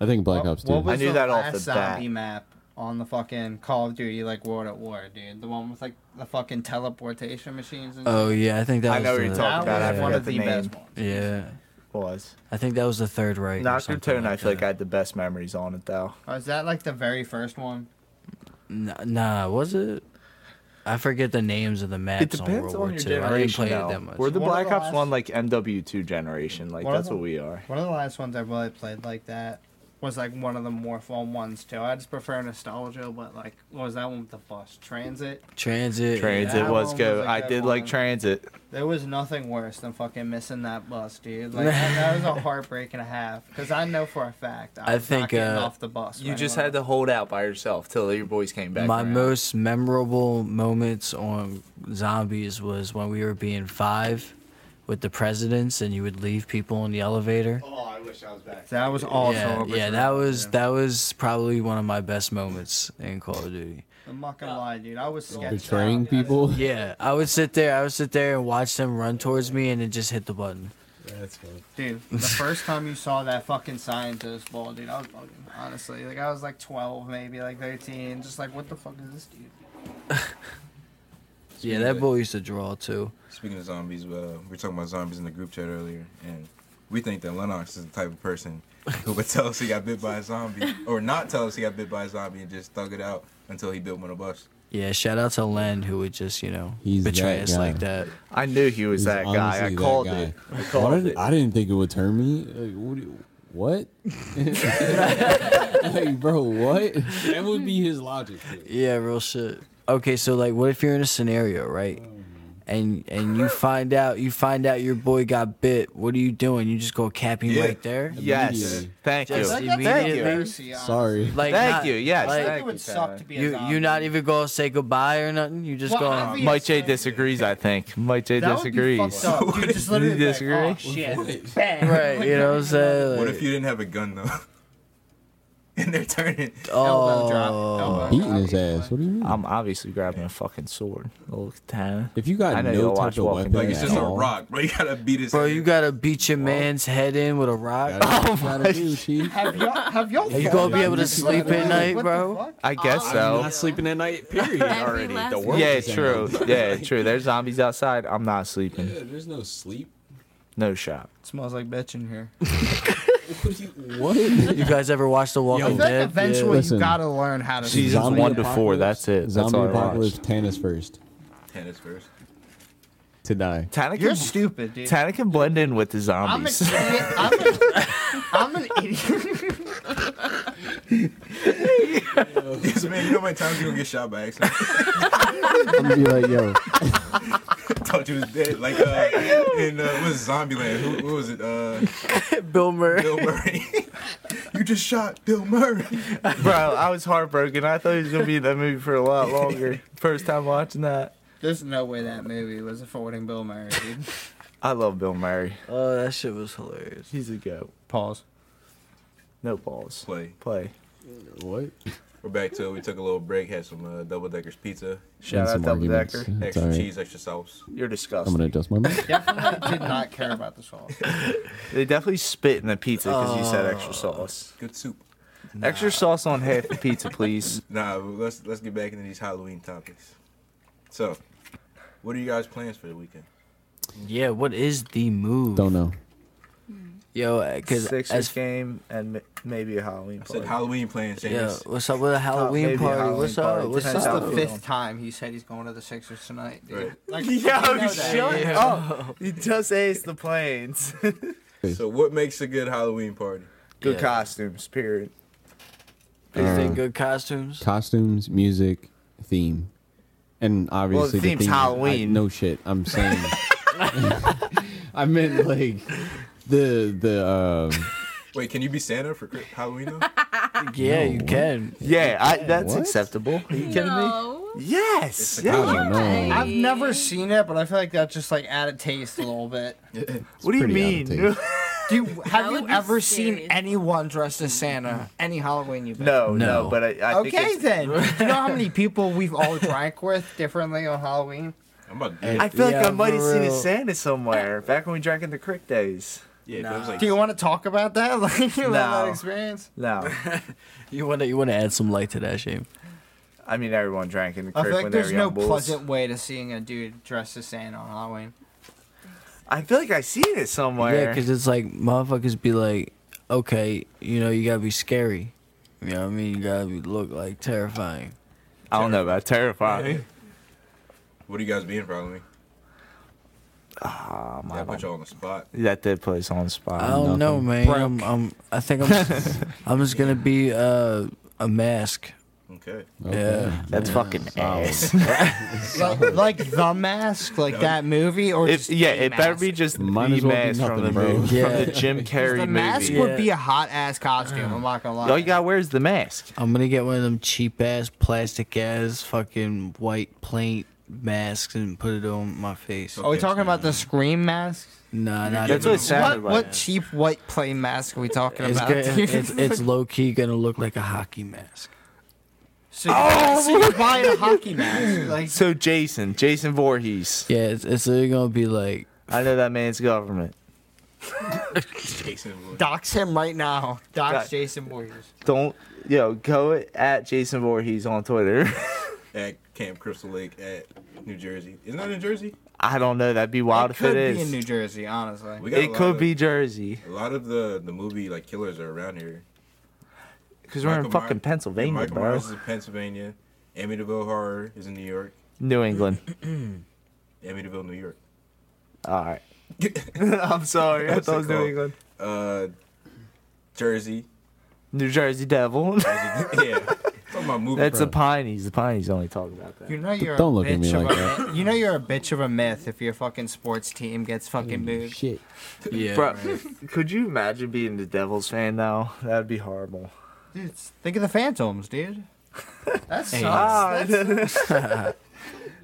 C: I think Black Ops two.
B: What was
D: I knew
B: the
D: that off
B: last
D: the bat.
B: zombie map on the fucking Call of Duty, like World at War, dude? The one with like the fucking teleportation machines and
F: Oh yeah, I think that.
D: I
F: was
D: know what
F: the,
D: you're
B: That
D: talking about. I
B: was one
D: forgot
B: of
D: the
B: the
D: name.
B: best ones.
F: Yeah,
D: Was.
F: I think that was the third right. or
D: Dr.
F: something
D: Toten, I
F: like
D: feel like I
F: that.
D: had the best memories on it, though.
B: Oh, is that like the very first one?
F: N- Nah, was it? I forget the names of the maps.
D: It depends
F: on, World War
D: on your
F: II. I didn't
D: generation.
F: play
D: though.
F: it that much.
D: We're the
B: One of
D: Black
B: the
D: Ops
B: last-
D: One like MW2 generation. Like
B: One of
D: that's
B: the-
D: what we are.
B: One of the last ones I really played like that was like one of the more fun ones too. I just prefer nostalgia, but like what was that one with the bus transit?
F: Transit.
D: Transit
B: that
D: was
B: one
D: go.
B: was a
D: I
B: good
D: did like
B: one.
D: Transit.
B: There was nothing worse than fucking missing that bus, dude. Like that, that was a heartbreak and a half because I know for a fact I,
F: I
B: was
F: think,
B: not getting
F: uh,
B: off the bus.
D: You just had to hold out by yourself till your boys came back.
F: My
D: around.
F: most memorable moments on zombies was when we were being five with the presidents, and you would leave people in the elevator.
G: Oh, I wish I was back.
B: That was also
F: yeah,
B: a
F: yeah, that was that was probably one of my best moments in Call of Duty.
B: I'm not gonna lie, dude. I was sketched
C: Betraying
B: out.
C: people.
F: [LAUGHS] Yeah, I would sit there, I would sit there and watch them run towards me, and then just hit the button.
G: That's good.
B: Dude, the first time you saw that fucking scientist ball, dude, I was fucking honestly like I was like 12, maybe like 13, just like what the fuck is this dude?
F: Yeah, that boy used to draw too.
A: Speaking of zombies, uh, we were talking about zombies in the group chat earlier, and we think that Lennox is the type of person who would [LAUGHS] tell us he got bit by a zombie, or not tell us he got bit by a zombie and just thug it out until he bit one of us.
F: Yeah, shout out to Len who would just you know
C: He's
F: betray
C: that
F: us
C: guy.
F: like that.
D: I knew he was
C: He's
D: that guy. I
C: honestly that
D: called
C: guy.
D: it. I
C: Why
D: called
C: did-
D: it.
C: I didn't think it would turn me. Like, what? do you- What? like, bro, what? That would be his logic.
F: Yeah, real shit. Okay, so like, what if you're in a scenario, right? And and you find out you find out your boy got bit. What are you doing? You just go cap him
A: Yeah.
F: right there.
D: Yes.
C: Immediately.
D: Thank you.
F: Just
D: Thank you.
F: immediately.
B: Lucy,
F: [LAUGHS]
C: Sorry.
F: Like,
D: Thank
F: not-
D: you. Yes.
F: like,
B: I
D: Thank
B: think it
D: you,
B: would
D: Tyler.
B: suck to be a
F: You
B: zombie.
F: you're not even gonna say goodbye or nothing. You just
B: Well,
F: go.
B: obviously-
D: Mike J disagrees. I think Mike J
B: That would be
D: disagrees.
B: fucked up, dude. Just literally
D: You
B: disagree. Like, oh, shit. Bang.
F: [LAUGHS] Right, you
B: [LAUGHS]
F: know what I'm saying?
A: What
F: Like,
A: if you didn't have a gun though? [LAUGHS] and they're turning.
B: [LAUGHS] Elbow drop.
F: Oh.
B: Elbow
C: Beating
B: drop
C: his
B: either
C: ass.
B: way.
C: What do you mean?
D: I'm obviously grabbing a fucking sword. Look, Tana.
C: if you
D: I
C: got
D: know you'll
C: no
D: watch
C: type of
D: Walking
C: weapon
D: Dead.
A: Like it's
C: at
A: just a
C: all,
A: rock, bro. You gotta beat his.
F: Bro,
A: head.
F: you gotta beat your man's head in with a rock.
C: gotta-
F: my
C: She-
B: Have y'all? Have y'all?
F: you
B: thought
F: gonna be
B: about
F: able to
B: this
F: sleep
B: lately?
F: at night,
B: What
F: bro?
B: The fuck?
D: I guess
E: I'm
D: so.
E: not sleeping
G: at
E: [LAUGHS]
G: night, period.
E: Every already. The last world one.
D: Yeah,
E: is
D: true. Yeah, true. There's zombies outside. I'm not sleeping.
G: there's no sleep.
D: No shot.
B: [LAUGHS] smells like bitch in here.
C: What?
F: You guys ever watch The
B: I
F: Walking
B: feel like
F: Dead?
B: eventually
C: Listen.
B: you gotta learn how to.
D: Season
B: sleep.
C: Zombie
D: one to four.
C: apocalypse-
D: That's it. That's
C: Zombie
D: all I
C: apocalypse.
D: watched.
C: Tannis first
A: Tennis first.
C: to die.
D: Tana
B: You're
D: can,
B: stupid, dude.
D: Tana can blend in with the
B: I'm an
D: zombies.
B: idiot. I'm, a, I'm an idiot. [LAUGHS]
A: Yes, man. You know how many times you gonna get shot by
F: [LAUGHS]
A: accident? [LAUGHS]
C: I'm gonna be like, yo,
A: Thought you was dead. Like uh, in uh, what was it, Zombieland? Who, who was it? Uh,
F: Bill Murray.
A: Bill Murray. [LAUGHS] you just shot Bill Murray.
D: [LAUGHS] Bro, I was heartbroken. I thought he was gonna be in that movie for a lot [LAUGHS] longer. First time watching that.
B: There's no way that movie was affording Bill Murray, dude.
D: I love Bill Murray.
F: Oh, that shit was hilarious.
D: He's a goat.
B: Pause.
D: No balls.
A: Play.
D: Play.
C: what?
A: We're back to it. We took a little break, had some uh, double deckers pizza,
D: Shout out
C: some
D: Double
C: arguments.
D: Decker.
C: It's
A: extra
C: all right.
A: cheese, extra sauce.
D: You're
C: I'm
D: disgusting.
C: gonna adjust my mic.
B: Definitely did not care about the sauce.
D: They definitely spit in the pizza because you said extra sauce.
A: Good soup.
D: Extra sauce on half the pizza, [LAUGHS] please.
A: Nah, but let's let's get back into these Halloween topics. So, what are you guys' plans for the weekend?
F: Yeah, what is the move?
C: Don't know.
F: Yo, because
D: Sixers
F: as
D: game and m- maybe a Halloween
A: I said
D: party.
A: Halloween plans,
F: yo,
A: James.
F: what's up with a
D: maybe
F: Halloween
D: a
F: party?
D: Halloween
F: what's
D: party.
F: up? What's
D: Depends
B: That's
D: how
B: the
F: up?
D: it
B: fifth
D: goes.
B: time he said he's going to the Sixers tonight, dude.
A: Right.
D: [LAUGHS]
B: Like,
D: Yo,
B: you know that.
D: shut
B: [LAUGHS]
D: up! You Oh, just aced the planes. [LAUGHS]
A: So, what makes a good Halloween party?
D: Good
F: Yeah.
D: costumes, period.
F: Is
C: Uh,
F: they good costumes?
C: Costumes, music, theme, and obviously the
D: theme's
C: theme is- I-
D: Halloween.
C: no shit.
D: [LAUGHS]
C: I'm saying. [LAUGHS] I meant like the the. Uh,
A: Wait, can you be Santa for Chri- Halloween though?
F: Yeah,
C: no,
F: you
C: what?
F: can.
D: Yeah, I, that's
C: What?
D: acceptable. Are you kidding
E: No.
D: me?
A: It's
D: Yes.
A: a
D: yeah.
C: I don't know.
B: I've never seen it, but I feel like that just like added taste a little bit.
D: What do you
C: pretty out of
D: mean?
B: Do
E: [LAUGHS]
B: you, have
E: would
B: you
E: be
B: ever seen
E: scary.
B: anyone dressed as Santa any Halloween you've been?
D: no, no,
F: No.
D: but I, I
B: Okay
D: think it's- [LAUGHS]
B: then. Do you know how many people we've all drank with differently on Halloween?
A: I'm about to
F: Hey,
D: I feel
F: Yeah,
D: like I might have
F: for
D: seen a
F: real.
D: Santa somewhere back when we drank in the Crick days.
A: yeah, that was like
B: Do you want to talk about that? [LAUGHS] Like you
D: No.
B: that experience?
D: No,
F: You wanna you wanna add some light to that, Shane?
D: I mean everyone drank in the
B: I
D: Crick
B: feel like
D: when they were
B: there's
D: young
B: no
D: bulls.
B: pleasant way to seeing a dude dressed as Santa on Halloween.
D: I feel like I seen it somewhere.
F: Yeah, because it's like motherfuckers be like, okay, you know, you gotta be scary. You know what I mean? You gotta be, look like terrifying.
D: I don't know about terrifying.
A: What are you guys being for Halloween?
D: Oh, my
A: I put
D: God.
A: y'all on the spot.
D: that did put us on the spot.
F: I don't know, man. I'm, I'm, I think
D: [LAUGHS]
F: I'm, I'm just gonna be uh, a mask.
A: Okay.
F: Yeah.
D: That's fucking ass.
B: Like, like the mask, like that movie, or
D: It,
B: just
D: yeah,
B: the
D: it better be
B: mask?
D: just
C: Might
D: the
C: as well be
D: mask from
C: nothing,
D: the
C: bro.
D: movie, from
F: Yeah.
D: the Jim
B: The
D: Carrey
B: mask
D: movie.
F: Yeah.
B: would be a hot ass costume. I'm not gonna lie.
D: All you gotta wear is the mask.
F: I'm gonna get one of them cheap ass, plastic ass, fucking white plain masks and put it on my face.
B: Are we talking about the scream masks?
F: Nah, nah.
D: Oh, That's
F: dude.
D: what it sounded
B: What,
D: like.
B: what cheap white plain mask are we talking
F: It's,
B: about?
F: gonna-
B: dude?
F: it's,
D: [LAUGHS]
F: it's low key gonna look like a hockey mask.
B: so, oh, so you're buying a hockey [LAUGHS] mask? Like,
D: So Jason, Jason Voorhees.
F: Yeah, it's, it's literally gonna be like
D: I know that man's government.
A: Jason Wood.
B: dox him right now. Dox
D: God.
B: Jason Boyers.
D: Don't yo go at Jason Voorhees on Twitter.
A: at Camp Crystal Lake at New Jersey. Isn't that New Jersey?
D: [LAUGHS] I don't know. That'd be wild
B: it
D: if it
B: could
D: is.
B: be in New Jersey, honestly.
A: We got a
D: it
A: lot
D: could
A: of-
D: be Jersey
A: A lot of the the movie like killers are around here.
D: because we're in
A: Michael Myers-
D: fucking
A: yeah,
D: Pennsylvania,
A: Michael
D: bro.
A: Myers is in Pennsylvania. Amityville Horror is in New York.
D: New England.
A: Amityville, New York.
D: All right. [LAUGHS] I'm sorry. I
A: What's
D: thought
A: it
D: it was New
A: called?
D: England.
A: Uh, Jersey. [LAUGHS]
D: New Jersey Devil.
A: yeah. Talking about movie.
D: [LAUGHS] That's the Pineys. The Pineys only talk about that.
B: You know you're
C: Don't
B: a
C: look at
B: bitch
C: me
B: of
C: like
B: a myth. [LAUGHS] You know you're a bitch of a myth if your fucking sports team gets
D: [LAUGHS]
B: fucking moved.
C: Shit.
F: yeah.
D: Bro, could you imagine being the Devils fan though? That'd be horrible.
B: Dude, think of the Phantoms, dude. [LAUGHS] That sucks.
D: Ah, [LAUGHS]
A: [LAUGHS] yeah, they brought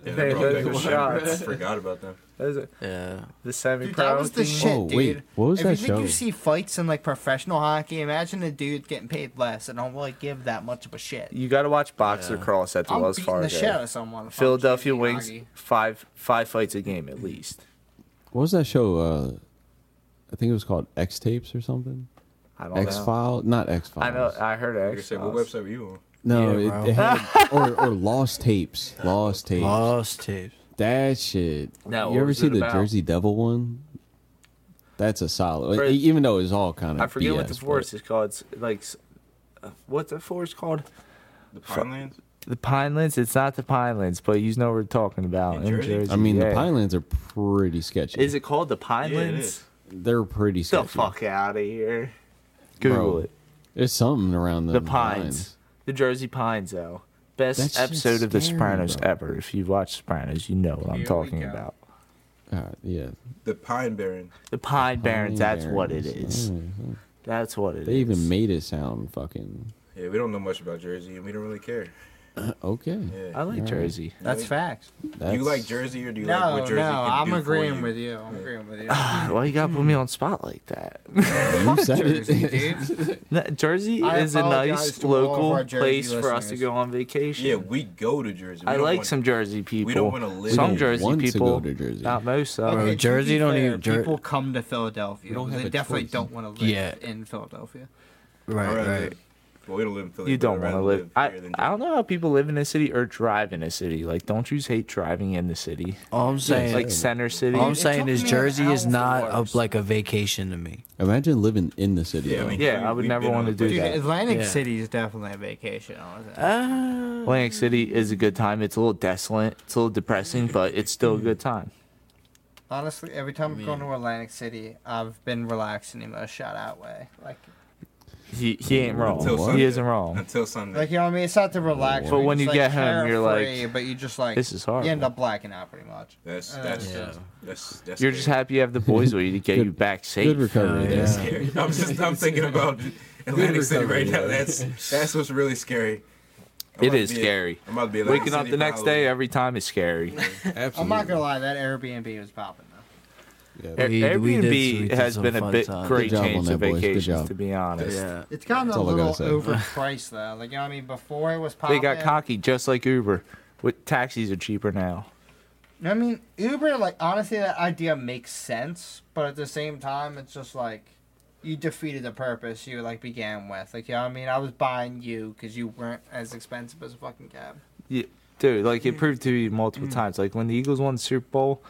D: Hey,
A: back the
D: those
A: show.
D: shots.
A: Forgot about them.
D: those are-
F: Yeah.
D: the semi
B: Dude, that
D: pro
B: was the
D: team.
B: shit,
C: Oh,
B: dude.
C: wait, what was
B: if
C: that
B: you think
C: show?
B: you see fights in like professional hockey, imagine a dude getting paid less and don't really give that much of a shit.
D: You gotta watch Boxer Cross at the
B: I'm
D: Wells
B: beating
D: Fargo.
B: the shit out of someone. if I'm
D: Philadelphia
B: shooting
D: Wings
B: hockey.
D: five five fights a game at least.
C: What was that show? Uh, I think it was called X Tapes or something.
D: I don't
C: X
D: know.
C: File, not X
D: I know. uh,
C: Files.
D: I heard
A: Like I
D: X.
A: said, what website were you on?
C: No,
F: Yeah,
C: it, it
D: [LAUGHS]
C: had or or Lost Tapes, Lost Tapes.
F: Lost tapes.
C: That shit.
D: No,
C: you
D: what
C: ever
D: was
C: see
D: it
C: the
D: about?
C: Jersey Devil one? That's a solid.
D: Bro,
C: even though it's all kind of.
D: I forget what the
C: BS, but-
D: forest is called. It's like, s- uh, what's the forest called?
A: The Pinelands.
D: The Pinelands. It's not the Pinelands, but you know what we're talking about.
A: In
D: In
A: Jersey?
D: Jersey,
C: I mean,
D: yeah.
C: the Pinelands are pretty sketchy.
D: Is it called the
A: Yeah, it
D: Pinelands?
A: is.
C: They're pretty
D: Get
C: sketchy.
D: the fuck out of here.
C: Bro,
D: Google it.
C: There's something around
D: The Pines. The Jersey Pines, though. Best
C: That shit's
D: episode of The
C: scary,
D: Sopranos
C: bro.
D: ever. If you've watched Sopranos, you know what I'm
B: Here we
D: talking
B: go.
D: about.
C: Uh, yeah.
A: The Pine Barren.
D: The Pine Barrens,
C: Pine
D: that's what it
C: Barrens.
D: is. That's what it is.
C: They even made it sound fucking.
A: Yeah, we don't know much about Jersey, and we don't really care.
C: Okay.
A: Yeah.
D: I like
C: Alright.
D: Jersey.
C: [CLEARS THROAT]
B: That's facts.
C: That's,
A: you like Jersey or do you
B: no,
A: like what Jersey
B: no,
A: can
B: I'm
A: do
B: agreeing
A: for you?
B: with you. I'm agreeing with you.
D: Ah, Why you gotta put me on spot like that? [LAUGHS]
C: You said
B: Jersey,
C: it.
F: [LAUGHS]
B: dude.
D: That- Jersey
B: I
D: is a
B: apologize
D: nice
B: to all of our
D: local
B: Jersey
D: place for us to
B: listeners.
D: go on vacation.
A: Yeah, we go to Jersey. We
D: I
A: don't
D: like
A: want-
D: some Jersey people.
A: don't wanna live
D: some
A: there.
D: Jersey
C: Want to
D: people.
C: go to Jersey.
D: Not most of
F: Okay.
D: them.
F: Jersey don't even- Jer-
B: People come to Philadelphia.
C: don't have
B: they
C: a
B: definitely
C: choice.
B: don't want to live
F: Yeah.
B: in Philadelphia.
A: I'd
F: Right,
A: rather-
F: right.
A: Well, we don't live in Philly.
D: You
A: but I'd
D: don't want to
A: rather
D: live.
A: here
D: I,
A: than
D: I
A: Jersey.
D: don't know how people live in a city or drive in a city. Like, don't you hate driving in the city?
F: All I'm saying,
D: Like center city.
F: all I'm
B: It took
F: saying is
B: me an
F: Jersey is
B: hour for
F: not
B: words.
F: a, like a vacation to me.
C: [LAUGHS] Imagine living in the city.
A: Yeah, I
C: though.
A: mean,
D: Yeah, I would
A: we've
D: never
A: been
D: wanna
A: on
D: do
A: the-
B: Dude,
D: that.
B: Atlantic
F: Yeah.
B: City is definitely a vacation. I was at.
F: Uh,
D: Atlantic City is a good time. It's a little desolate. It's a little depressing, but it's still a good time.
B: Honestly, every time I've gone to Atlantic City, I've been relaxing in a shut out way. Like,
D: He he ain't wrong.
A: Until
D: He
A: Sunday.
D: isn't wrong.
A: Until Sunday.
B: like you know what I mean? It's not to relax.
D: But
B: you're
D: when
B: just,
D: you
B: like,
D: get home, you're like,
B: carefree, but you just like
D: this is
B: You end
D: horrible.
B: up blacking out pretty much.
A: that's
B: Uh,
A: that's
F: Yeah.
A: that's that's.
D: You're just
A: scary.
D: happy you have the boys with you to get
C: Good-
D: you back safe. uh,
C: Good recovery.
F: Yeah.
C: there.
A: That's scary. [LAUGHS] I'm just
D: [LAUGHS]
A: I'm thinking about Atlantic City
C: recovery,
A: right now.
C: yeah.
A: That's that's what's really scary. I'm
D: It
A: about to
D: is
A: be-
D: scary.
A: I'm about to be Atlantic
D: Waking up
A: City
D: the next
A: probably.
D: day every time is scary.
C: Absolutely.
B: I'm not gonna lie, that Airbnb was popping though.
C: Yeah.
D: Air-
F: We- we did-
D: Airbnb
F: we did
D: has
F: some
D: been a
F: fun
D: bit
F: times.
D: great
C: Good job
D: change
C: on
D: to
C: that, boys. Good
D: vacations,
C: job.
D: to be honest.
F: yeah.
B: It's gotten
C: That's
B: a
C: all I
B: little
C: gotta
B: overpriced though. Like you know what I mean? Before it was popping.
D: They
F: Oh,
D: got cocky just like Uber. With taxis are cheaper now.
B: I mean, Uber. Like honestly, that idea makes sense, but at the same time, it's just like you defeated the purpose you like began with. Like you know what I mean? I was buying you because you weren't as expensive as a fucking cab.
D: Yeah, dude, like it proved to be
B: Mm.
D: multiple times. Like when the Eagles won the Super Bowl,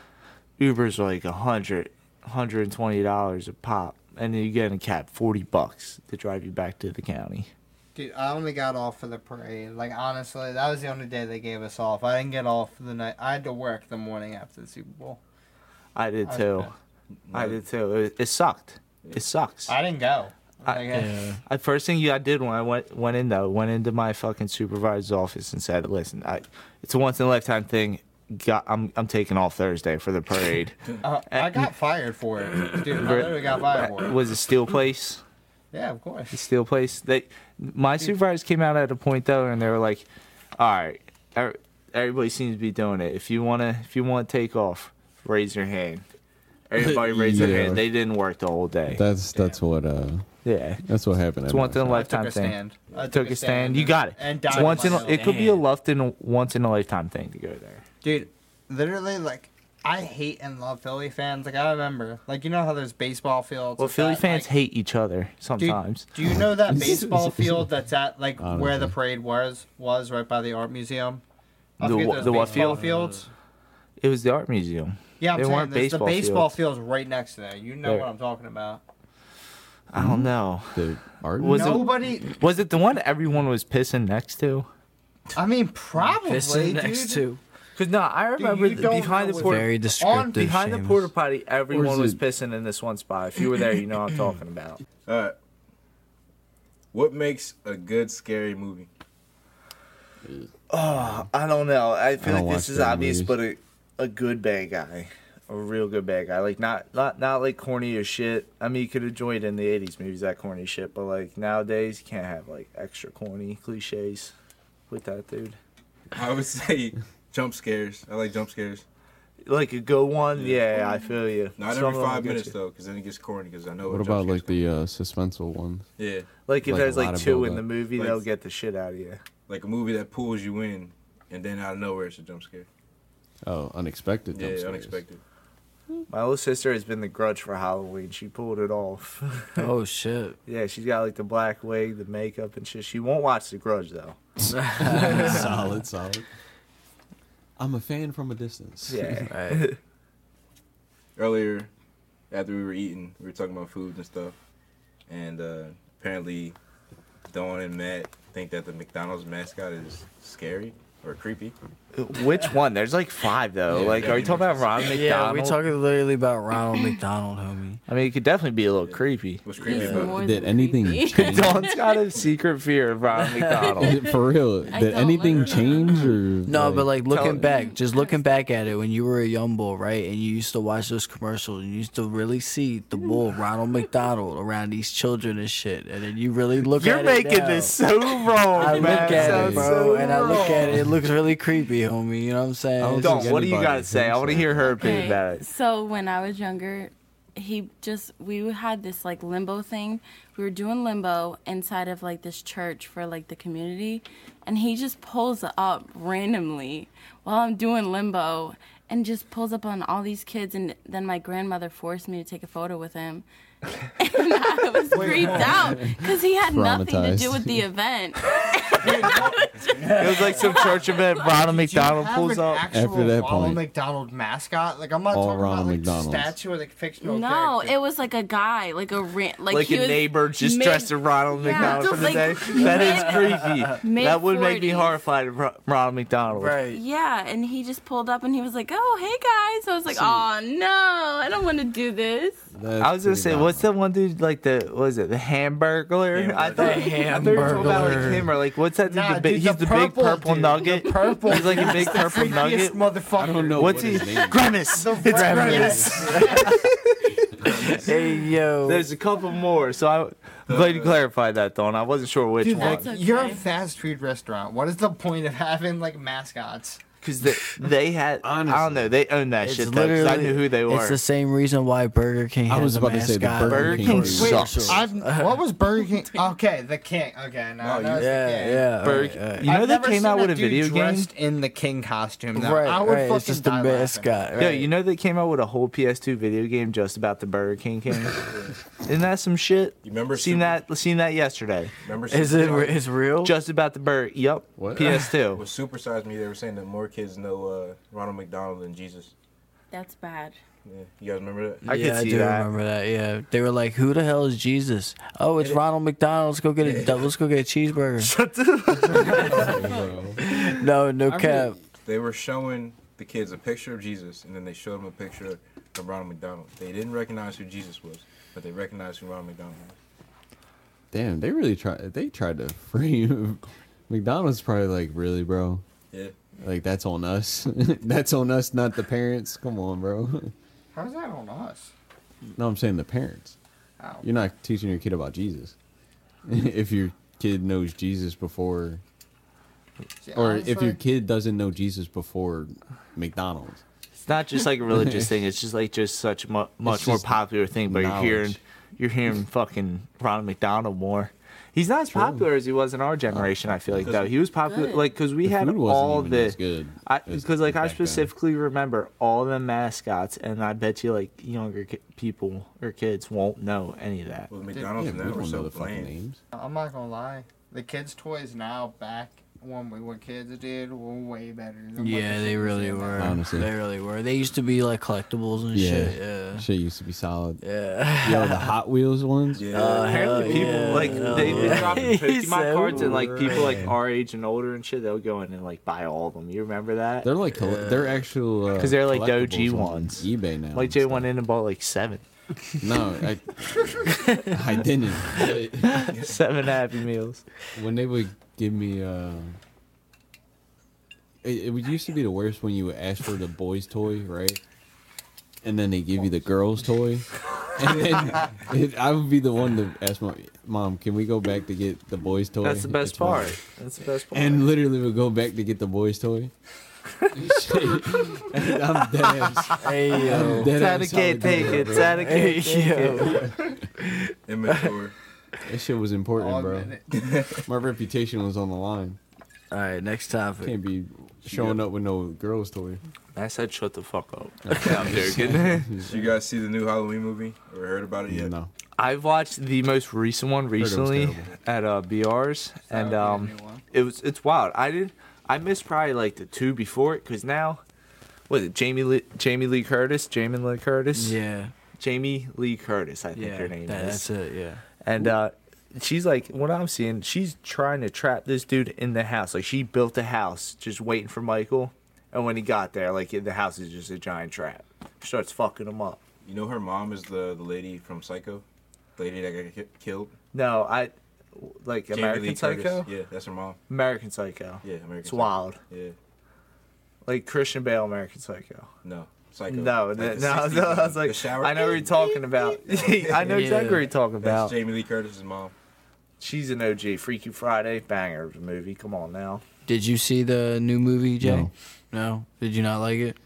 D: Uber's were like a hundred, hundred and twenty dollars a pop, and then you get in a cab forty bucks to drive you back to the county.
B: Dude, I only got off for the parade. Like honestly, that was the only day they gave us off. I didn't get off the night. I had to work the morning after the Super Bowl.
D: I did
B: That's
D: too.
B: bad.
D: I did too. It, it sucked. It sucks.
B: I didn't go.
D: I-
B: Like,
F: Yeah.
D: I first thing I did when I went went in though went into my fucking supervisor's office and said, "Listen, I, it's a once in a lifetime thing. Got, I'm I'm taking off Thursday for the parade.
B: [LAUGHS] [LAUGHS] Uh, I got fired
D: [LAUGHS]
B: for it, dude. I literally got fired for
D: it
B: it.
D: was a steel place.
B: Yeah, of course.
D: steel place. They, my supervisors came out at a point though, and they were like, "All right, er- everybody seems to be doing it. If you wanna, if you wanna take off, raise your
B: [LAUGHS]
D: hand. Everybody raise their
C: Yeah.
D: hand. They didn't work the whole day.
C: That's that's what uh
D: yeah,
C: that's what happened.
D: it's
C: at my
D: one in a
C: shop.
D: lifetime
B: took a
D: thing.
B: stand. I
D: Took, a stand. You got it.
B: And
D: It's
B: died
D: once in a,
B: myself.
D: it could be a left in once in a lifetime thing to go there.
B: dude. Literally, like I hate and love Philly fans. Like I remember, like you know how there's baseball fields.
D: Well,
B: that's
D: Philly
B: at,
D: fans
B: like-
D: hate each other
B: Dude,
D: sometimes.
B: Do you
D: [LAUGHS]
B: know that baseball field that's at like where the
C: Honestly.
B: parade was was right by the art museum? I
D: The
B: forget
D: wha-
B: those
D: the what
B: baseball
D: field?
B: Fields?
F: Uh,
D: It was the art museum.
B: Yeah, I'm
D: They
B: saying
D: weren't
B: there's the
D: baseball
B: baseball fields. right next to there. You know
D: There.
B: what I'm talking about.
D: I don't know.
C: The art
D: Was it-
B: Nobody.
D: Was it the one everyone was pissing next to?
B: I mean, probably.
F: Pissing
B: dude.
F: next to
D: Cause no, I remember
B: you
D: the-
B: don't
D: behind
B: know
D: the
B: what-
D: porta
F: very
D: on
F: descriptive.
D: behind the
F: Seamus.
D: porta potty, everyone
C: is
D: was
C: it-
D: pissing in this one spot. If you were there, you know what I'm talking about.
A: All right. What makes a good scary movie?
D: Oh, I don't know. I feel
C: I don't
D: like this
C: watch
D: is
C: bad
D: obvious,
C: movies.
D: but a, a good bad guy, a real good bad guy. Like not not not like corny as shit. I mean, you could enjoy it in the '80s movies that corny shit, but like nowadays you can't have like extra corny cliches with that dude.
A: I would [LAUGHS] say jump scares. I like jump scares.
D: Like a go one, yeah, I feel you.
A: Not
D: Some of
A: every
D: them
A: five
D: get
A: minutes
D: you.
A: though, because then it gets corny. Because I know
C: What
A: jump
C: about
A: scares
C: like the uh suspenseful ones?
A: come- yeah,
D: Like if
C: Like a
D: there's
C: lot
D: like
C: of
D: two in
C: buildup.
D: the movie,
A: Like-
D: they'll get the shit out of you.
A: like a movie that pulls you in, and then out of nowhere it's a jump scare.
C: Oh, unexpected.
A: yeah,
C: jump scares.
D: [LAUGHS]
A: unexpected.
D: My little sister has been the grudge for Halloween. She pulled it off. [LAUGHS]
F: Oh shit.
D: Yeah, she's got like the black wig, the makeup, and shit. She won't watch The Grudge
F: [LAUGHS]
D: though. [LAUGHS]
C: solid, solid. I'm a fan from a distance.
D: Yeah,
F: Right.
A: Earlier, after we were eating, we were talking about food and stuff, and uh, apparently, Dawn and Matt think that the McDonald's mascot is scary. or creepy.
D: [LAUGHS] Which one? There's like five though.
A: Yeah,
D: like, are
A: definitely
D: we talking about Ron McDonald?
F: Yeah, we talking literally about Ronald McDonald, homie.
D: I mean, it could definitely be a little
F: [LAUGHS]
D: creepy.
A: What's creepy
E: He's
A: about it?
E: more
C: Did
E: than
C: anything [LAUGHS]
E: creepy. [LAUGHS]
C: change?
D: Don's got a secret fear of
F: [LAUGHS]
D: Ron McDonald.
C: Did- [LAUGHS] for real,
E: I
C: did
E: don't
C: anything
E: like that.
C: change or
F: No, but like looking
D: Tell-
F: back, just looking back at it when you were a young bull, right? And you used to watch those commercials and you used to really see the bull Ronald McDonald around these children and shit. And then you really look
D: You're
F: at it.
D: making
F: now.
D: this so wrong,
F: I look
D: man.
F: at it,
D: Sounds
F: bro,
D: so
F: and I
D: [LAUGHS] wrong.
F: look at
D: Oh,
F: it. It looks really creepy, homie. You know what I'm saying?
C: don't
D: Don, what do you
C: anybody
D: got to say? I
C: thinks
D: want to
C: like
D: hear her opinion
E: Okay,
D: about it.
E: So when I was younger, he just we had this like limbo thing. We were doing limbo inside of like this church for like the community, and he just pulls up randomly while I'm doing limbo and just pulls up on all these kids and then my grandmother forced me to take a photo with him. [LAUGHS] and I was freaked out because he had nothing to do
C: Traumatized.
E: with the event.
D: It was like some church event. Ronald McDonald
B: have
D: pulls
B: an
D: up.
B: Actual
C: After that
B: Ronald
C: point.
B: McDonald mascot. Like I'm not
C: All
B: talking
C: Ronald
B: about like
C: McDonalds.
B: statue or like fictional.
E: no,
B: character.
E: it was like a guy, like a ran- like,
D: like
E: he
D: a
E: was
D: neighbor just
E: mid-
D: dressed as Ronald
E: Yeah.
D: McDonald for the
E: Like,
D: day. That is creepy.
E: mid-
D: That would make me
E: 40s.
D: horrified of Ro- Ronald McDonald.
F: Right.
E: Yeah, and he just pulled up and he was like, "Oh, hey guys." I was like, "Oh no, I don't want to do this."
D: I was gonna say, what's the one dude like the what is it the Hamburglar? I
A: Hamburglar.
D: thought I thought you were talking about like
F: Hamburglar.
D: him or like what's that dude?
B: Nah,
D: the big,
B: dude,
D: he's
B: the
D: the, big
B: purple
D: purple
B: dude.
D: nugget.
B: The purple
D: He's like a big purple
B: Freakiest
D: nugget.
B: motherfucker.
C: I don't know.
D: What's
C: what
D: he?
C: his name is.
D: Grimace. It's Grimace.
F: [LAUGHS] Hey yo.
D: There's a couple more, so I, I'm glad you clarified that, Don. I wasn't sure which
B: Dude,
D: one
B: like,
E: That's okay.
B: you're a fast food restaurant. What is the point of having like mascots?
D: because they, they had. I don't
C: Honestly.
D: know. They owned that shit though. 'cause I knew who they were.
F: It's the same reason why Burger King.
C: I
F: has
C: was
F: a
C: about to say the
F: mascot.
C: Burger
D: Burger
C: King
D: King
C: Burger
D: sucks.
B: I've, what was
D: [LAUGHS]
B: Burger King? Okay, the King. Okay, now
A: Oh,
B: no,
A: you-
B: it's the
F: Yeah,
B: King.
F: yeah. all
D: Burger-
F: right, all right.
D: You know
B: I've
D: they
B: never
D: came
B: seen
D: out
B: a
D: with a
B: dude
D: video game?
B: dressed in the King costume. though.
F: Right,
B: I would
F: right.
B: fucking
F: It's just the
B: die laughing.
F: mascot. Right?
D: Yo, you know they came out with a whole PS2 video game just about the Burger King King. Isn't that some shit?
A: You remember
D: Seen
A: Super-
D: that? Seen that yesterday.
A: Remember,
F: Is
A: Super
F: it
A: Size-
F: it's real?
D: Just about the Burger. Yep.
C: What?
D: PS2.
C: [LAUGHS]
A: With Super Size Me, they were saying that more kids know uh, Ronald McDonald than Jesus.
E: That's bad.
A: Yeah. You guys remember that?
D: I
F: yeah,
D: could see
F: I do
D: that.
F: remember that. Yeah, they were like, "Who the hell is Jesus?" Oh, it's Ronald McDonald. Let's go get a let's go get
D: [LAUGHS]
F: a cheeseburger. [LAUGHS] No, no cap.
A: They were showing the kids a picture of Jesus, and then they showed them a picture of Ronald McDonald. They didn't recognize who Jesus was, but they recognized who Ronald McDonald was.
C: Damn, they really tried. They tried to frame. [LAUGHS] McDonald's probably like, really, bro.
A: Yeah.
C: Like that's on us. [LAUGHS] that's on us, not the parents. Come on, bro.
B: How's that on us?
C: No, I'm saying the parents.
B: Ow.
C: You're not teaching your kid about Jesus. [LAUGHS] if your kid knows Jesus before,
B: See,
C: or if
B: honestly,
C: your kid doesn't know Jesus before McDonald's.
D: It's not just like a religious thing. It's just like just such a mu- much
C: It's
D: more
C: just
D: popular thing. But
C: knowledge.
D: you're hearing, you're hearing fucking Ronald McDonald more. He's not as popular as he was in our generation. I feel like though he was popular,
E: Good.
D: like because we
C: The
D: had
C: food wasn't
D: all
C: even
D: the
C: as good as
D: because like I
C: back then.
D: specifically remember all the mascots, and I bet you like younger ki- people or kids won't know any of that.
A: Well, the
C: Yeah,
A: McDonald's
C: we
A: now were
C: don't know
A: so
C: the fucking
A: bland.
C: names.
B: I'm not gonna lie. The kids' toys now back when we were kids, dude, were way better. Than what
F: Yeah,
B: the shit we
F: they
B: see
F: really
B: now.
F: were.
C: Honestly.
F: they really were. They used to be like collectibles and
C: Yeah.
F: shit. Yeah,
C: Shit used to be solid.
F: yeah.
C: Yo, the Hot Wheels ones.
A: Yeah.
D: Apparently,
F: hell
D: people
F: yeah.
D: like
F: Hell
D: they've been
F: yeah.
D: [LAUGHS] dropping
F: He's
D: Pokemon
F: so
D: cards, and like people like
F: right.
D: our age and older and shit, they'll go in and like buy all of them. You remember that?
C: They're like colle- they're actual uh,
D: 'Cause they're like the
C: collectibles
D: OG
C: on
D: ones.
C: eBay now.
D: Like
C: and
D: Jay
C: stuff.
D: went in and bought like [LAUGHS] seven,
C: No, I, I didn't.
D: [LAUGHS]
C: But
D: seven Happy Meals.
C: when they would give me, uh, it, it would used to be the worst when you would ask for the boys' toy, right? And then they give you the girls' toy, and then [LAUGHS] it, I would be the one to ask my mom, "Can we go back to get the boys' toy?"
D: That's the best
C: It's mine."
D: part. That's the best part.
C: And literally, would go back to get the boys' toy. [LAUGHS] Shit. I'm dead ass.
F: Hey
C: I'm
D: [LAUGHS]
F: yo,
C: dead
D: It's out
C: ass
D: of gate, take
C: solid gamer,
D: it. It's
C: bro.
D: out of
F: hey
D: gate.
F: yo.
A: Immature.
C: That shit was important,
B: All
C: bro.
B: minute.
C: My reputation was on the line.
F: All right, next topic.
C: Can't be showing up with no girls' toy.
D: I said, shut the fuck up. I'm [LAUGHS] joking.
A: Did you guys see the new Halloween movie or heard about it yet?
C: No.
D: I've watched the most recent one
C: was
D: recently
C: terrible.
D: at uh, BR's,
B: That would
D: and
B: be a
D: um,
B: new one.
D: it was it's wild. I did I missed probably like the two before it because now was it Jamie Lee, Jamie Lee Curtis, Jamie Lee Curtis,
F: Yeah,
D: Jamie Lee Curtis, I think
F: yeah.
D: her name
F: that-
D: is,
F: that's it. Yeah.
D: and uh, she's like what I'm seeing. She's trying to trap this dude in the house. Like she built a house just waiting for Michael, and when he got there, like the house is just a giant trap. She starts fucking him up.
A: You know her mom is the, the lady from Psycho, the lady that got ki- killed.
D: No, I like
A: Jamie
D: American
A: Lee
D: Psycho.
A: Curtis. Yeah, that's her mom.
D: American Psycho.
A: Yeah, American.
D: It's
A: Psycho.
D: wild.
A: Yeah,
D: Like Christian Bale, American Psycho.
A: no, Psycho.
D: No,
A: Like
D: th-
A: the
D: no,
A: 60s
D: no. I
A: one,
D: was like,
A: the shower.
D: I know what you're talking
A: [LAUGHS]
D: about. [LAUGHS] I know exactly what you're talking
A: That's
D: about.
A: Jamie Lee Curtis's mom.
D: She's an OG. Freaky Friday, banger of a movie. Come on now.
F: Did you see the new movie, Jay? No. Did you not like it?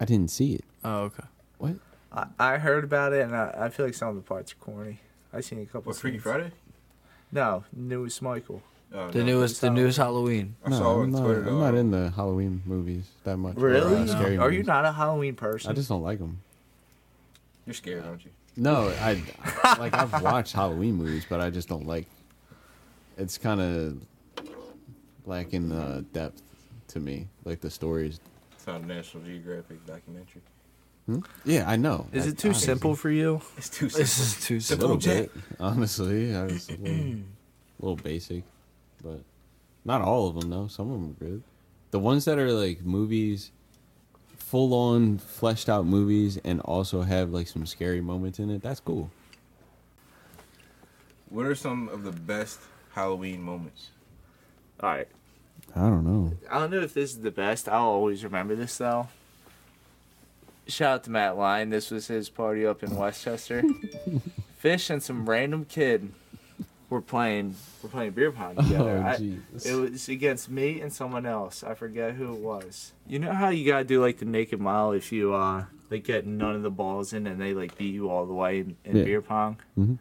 C: I didn't see it.
F: Oh, okay.
C: What?
D: I, I heard about it, and I, I feel like some of the parts are corny. I seen a couple.
A: What Freaky
D: scenes.
A: Friday?
D: No, newest Michael.
A: Oh,
F: The
A: no.
F: newest, the
D: it's not-
F: newest Halloween.
A: I
C: no,
A: saw it
C: I'm,
A: on
C: not,
A: Twitter.
C: I'm not
A: though.
C: in the Halloween movies that much. or,
D: Really?
C: uh, scary
D: Are you
C: movies.
D: not a Halloween person?
C: I just don't like them.
A: You're scared, aren't you?
C: No,
D: [LAUGHS]
C: I I- like I've watched Halloween movies, but I just don't like. It's kind of lacking uh, depth to me, like the stories.
A: It's not a National Geographic documentary. [LAUGHS]
C: Yeah, I know.
D: Is
C: I-
D: it too
C: honestly.
D: simple for you?
A: It's too
F: This
A: simple.
F: is
C: A
F: too
C: little
F: simple.
A: Jack.
C: bit, honestly. I was a
D: [CLEARS THROAT]
C: little, little basic, but not all of them though. Some of them are good. The ones that are like movies, full on fleshed out movies, and also have like some scary moments in it. That's cool.
A: What are some of the best Halloween moments?
D: All right.
C: I don't know. [LAUGHS]
D: I don't know if this is the best. I'll always remember this though. Shout out to Matt Lyon. This was his party up in Westchester. Fish and some random kid were playing. Were playing beer pong together. [LAUGHS]
C: Oh,
D: I-
C: Jesus.
D: it was against me and someone else. I forget who it was. You know how you gotta do like the naked mile if you uh like get none of the balls in and they like beat you all the way in, in
C: Yeah.
D: beer pong.
C: Mhm.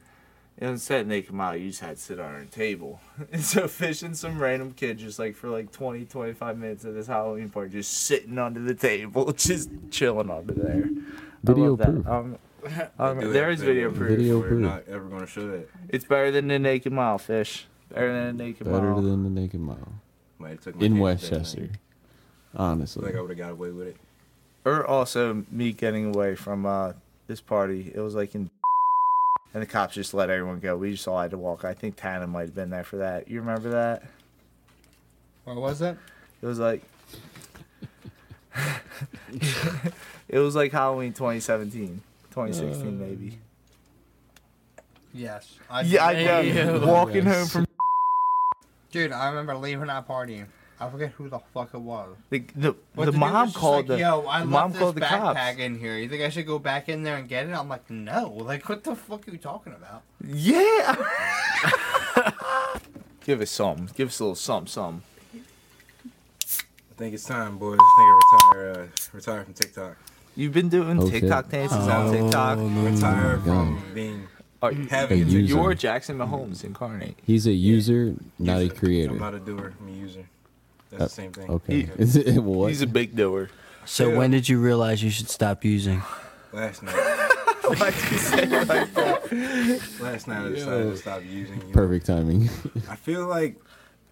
D: And instead of naked mile, you just had to sit on a table. [LAUGHS] And so Fish and some random kid just like for like 20, 25 minutes at this Halloween party, just sitting under the table, [LAUGHS] just chilling under there. I
C: Video
D: love that.
C: proof.
D: Um,
A: They
D: um,
A: do
D: there
A: that
D: is
A: thing
D: video
A: where
D: proof.
C: Video
A: We're
C: proof.
A: not ever gonna show that.
D: It's better than the naked mile, Fish. Better than the naked
C: Better
D: mile.
C: than the Naked Mile
A: Might have took my
C: in
A: pants that night.
C: Westchester.
A: I
C: Honestly,
A: think I would have got away with it.
D: or also me getting away from uh, this party. It was like in, [LAUGHS] and the cops just let everyone go. We just all had to walk. I think Tana might have been there for that. You remember that?
B: What was it?
D: It was like, [LAUGHS] it was like Halloween 2017, 2016 maybe.
B: Yes. I
D: Yeah, I know.
F: Ew.
D: Walking
C: Yes.
D: home from
B: Dude, I remember leaving that party. I forget who the fuck it was.
D: the the,
B: But
D: the
B: dude was
D: mom
B: just
D: called
B: like,
D: the,
B: Yo, I
D: the
B: left
D: mom
B: this
D: called the
B: backpack
D: cops.
B: in here. You think I should go back in there and get it? I'm like, no. Like, what the fuck are you talking about?
D: [LAUGHS] Yeah. Give us some. Give us a little something, something.
A: I think it's time, boys. This nigga retire, uh, retire from TikTok.
D: You've been doing
C: Oh, shit.
D: TikTok dances on
A: Oh,
D: TikTok.
C: Mm,
A: Retire
C: my
A: from being
D: Are,
A: having
C: Hey,
A: a
C: you-
A: TikTok.
D: you're Jackson Mahomes incarnate.
C: he's a user, not a
A: User. I'm
C: creator.
A: not a doer. I'm a user. That's
C: Uh,
A: the same thing.
C: Okay.
D: [LAUGHS] He-
C: [LAUGHS] Is it what?
D: He's a big doer.
F: So
A: Yeah.
F: when did you realize you should stop using?
A: Last night, [LAUGHS]
D: Why'd you say it like that?
A: last night I decided to stop using. You.
C: Perfect timing. [LAUGHS]
A: I feel like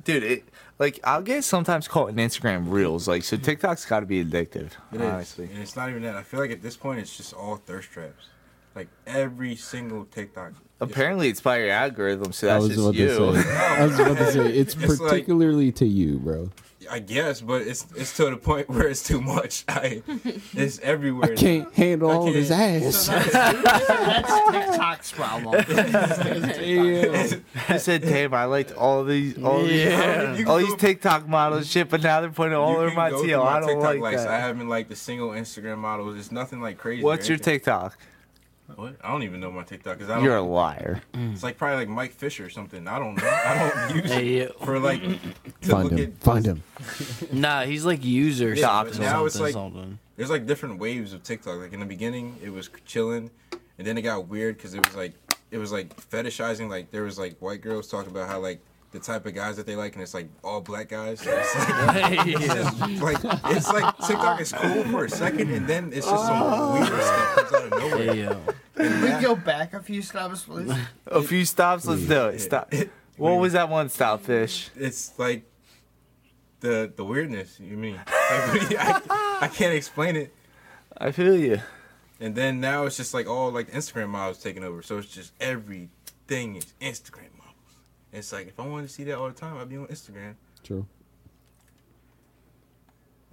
D: Dude, it, like I'll get sometimes caught in Instagram reels. Like so TikTok's gotta be addictive.
A: Mm-hmm. it is,
D: honestly.
A: and it's not even that. I feel like at this point it's just all thirst traps. Like every single TikTok.
D: Apparently it's by your algorithm, so
C: I
D: that's
C: was
D: just
C: about
D: you. [LAUGHS]
C: to say. [LAUGHS] I was about to say it's,
A: It's like-
C: particularly to you, bro.
A: I guess, but it's it's to the point [LAUGHS] where it's too much. I it's everywhere.
C: I can't handle all
A: can't-
C: this [LAUGHS] ass.
B: [LAUGHS] That's TikTok's [LAUGHS] problem.
D: I said, damn, I liked all these all [LAUGHS]
A: Yeah. [LAUGHS]
D: these all these TikTok models shit, but now they're putting it all
A: You
D: over
A: can
D: my
A: go through
D: TL. I don't
A: TikTok
D: like
A: likes. I
D: that.
A: haven't like the single Instagram models. It's nothing like crazy. or
D: What's your
A: anything.
D: TikTok?
A: What? I don't even know my TikTok because I don't.
D: You're
A: [LAUGHS]
D: a liar.
A: It's like probably like Mike Fisher or something. I don't know. I
D: [LAUGHS]
A: don't use it
F: Hey,
A: for like to
C: Find
A: look
C: him.
A: at.
C: Find him.
F: Nah, he's like user
A: Yeah,
F: shopped
A: but
F: or
A: now
F: something.
A: it's like-
F: something.
A: There's like different waves of TikTok. Like in the beginning, it was chilling, and then it got weird because it was like it was like fetishizing. Like there was like white girls talking about how like the type of guys that they like, and it's like all black guys. [LAUGHS] So it's like, it's just, like it's like TikTok is cool for a second, and then it's just some weird stuff comes out of nowhere.
F: Hey, yo.
B: Can we go back a few
D: [LAUGHS]
B: stops, please?
D: A few stops, let's do
A: [LAUGHS]
D: it. Stop. What was that one stop fish?
A: it's like the the weirdness. You mean? Like, [LAUGHS] I, I can't explain it.
D: I feel you.
A: And then now it's just like all like Instagram models taking over. So it's just every thing is Instagram models. And it's like if I wanted to see that all the time, I'd be on Instagram,
C: True.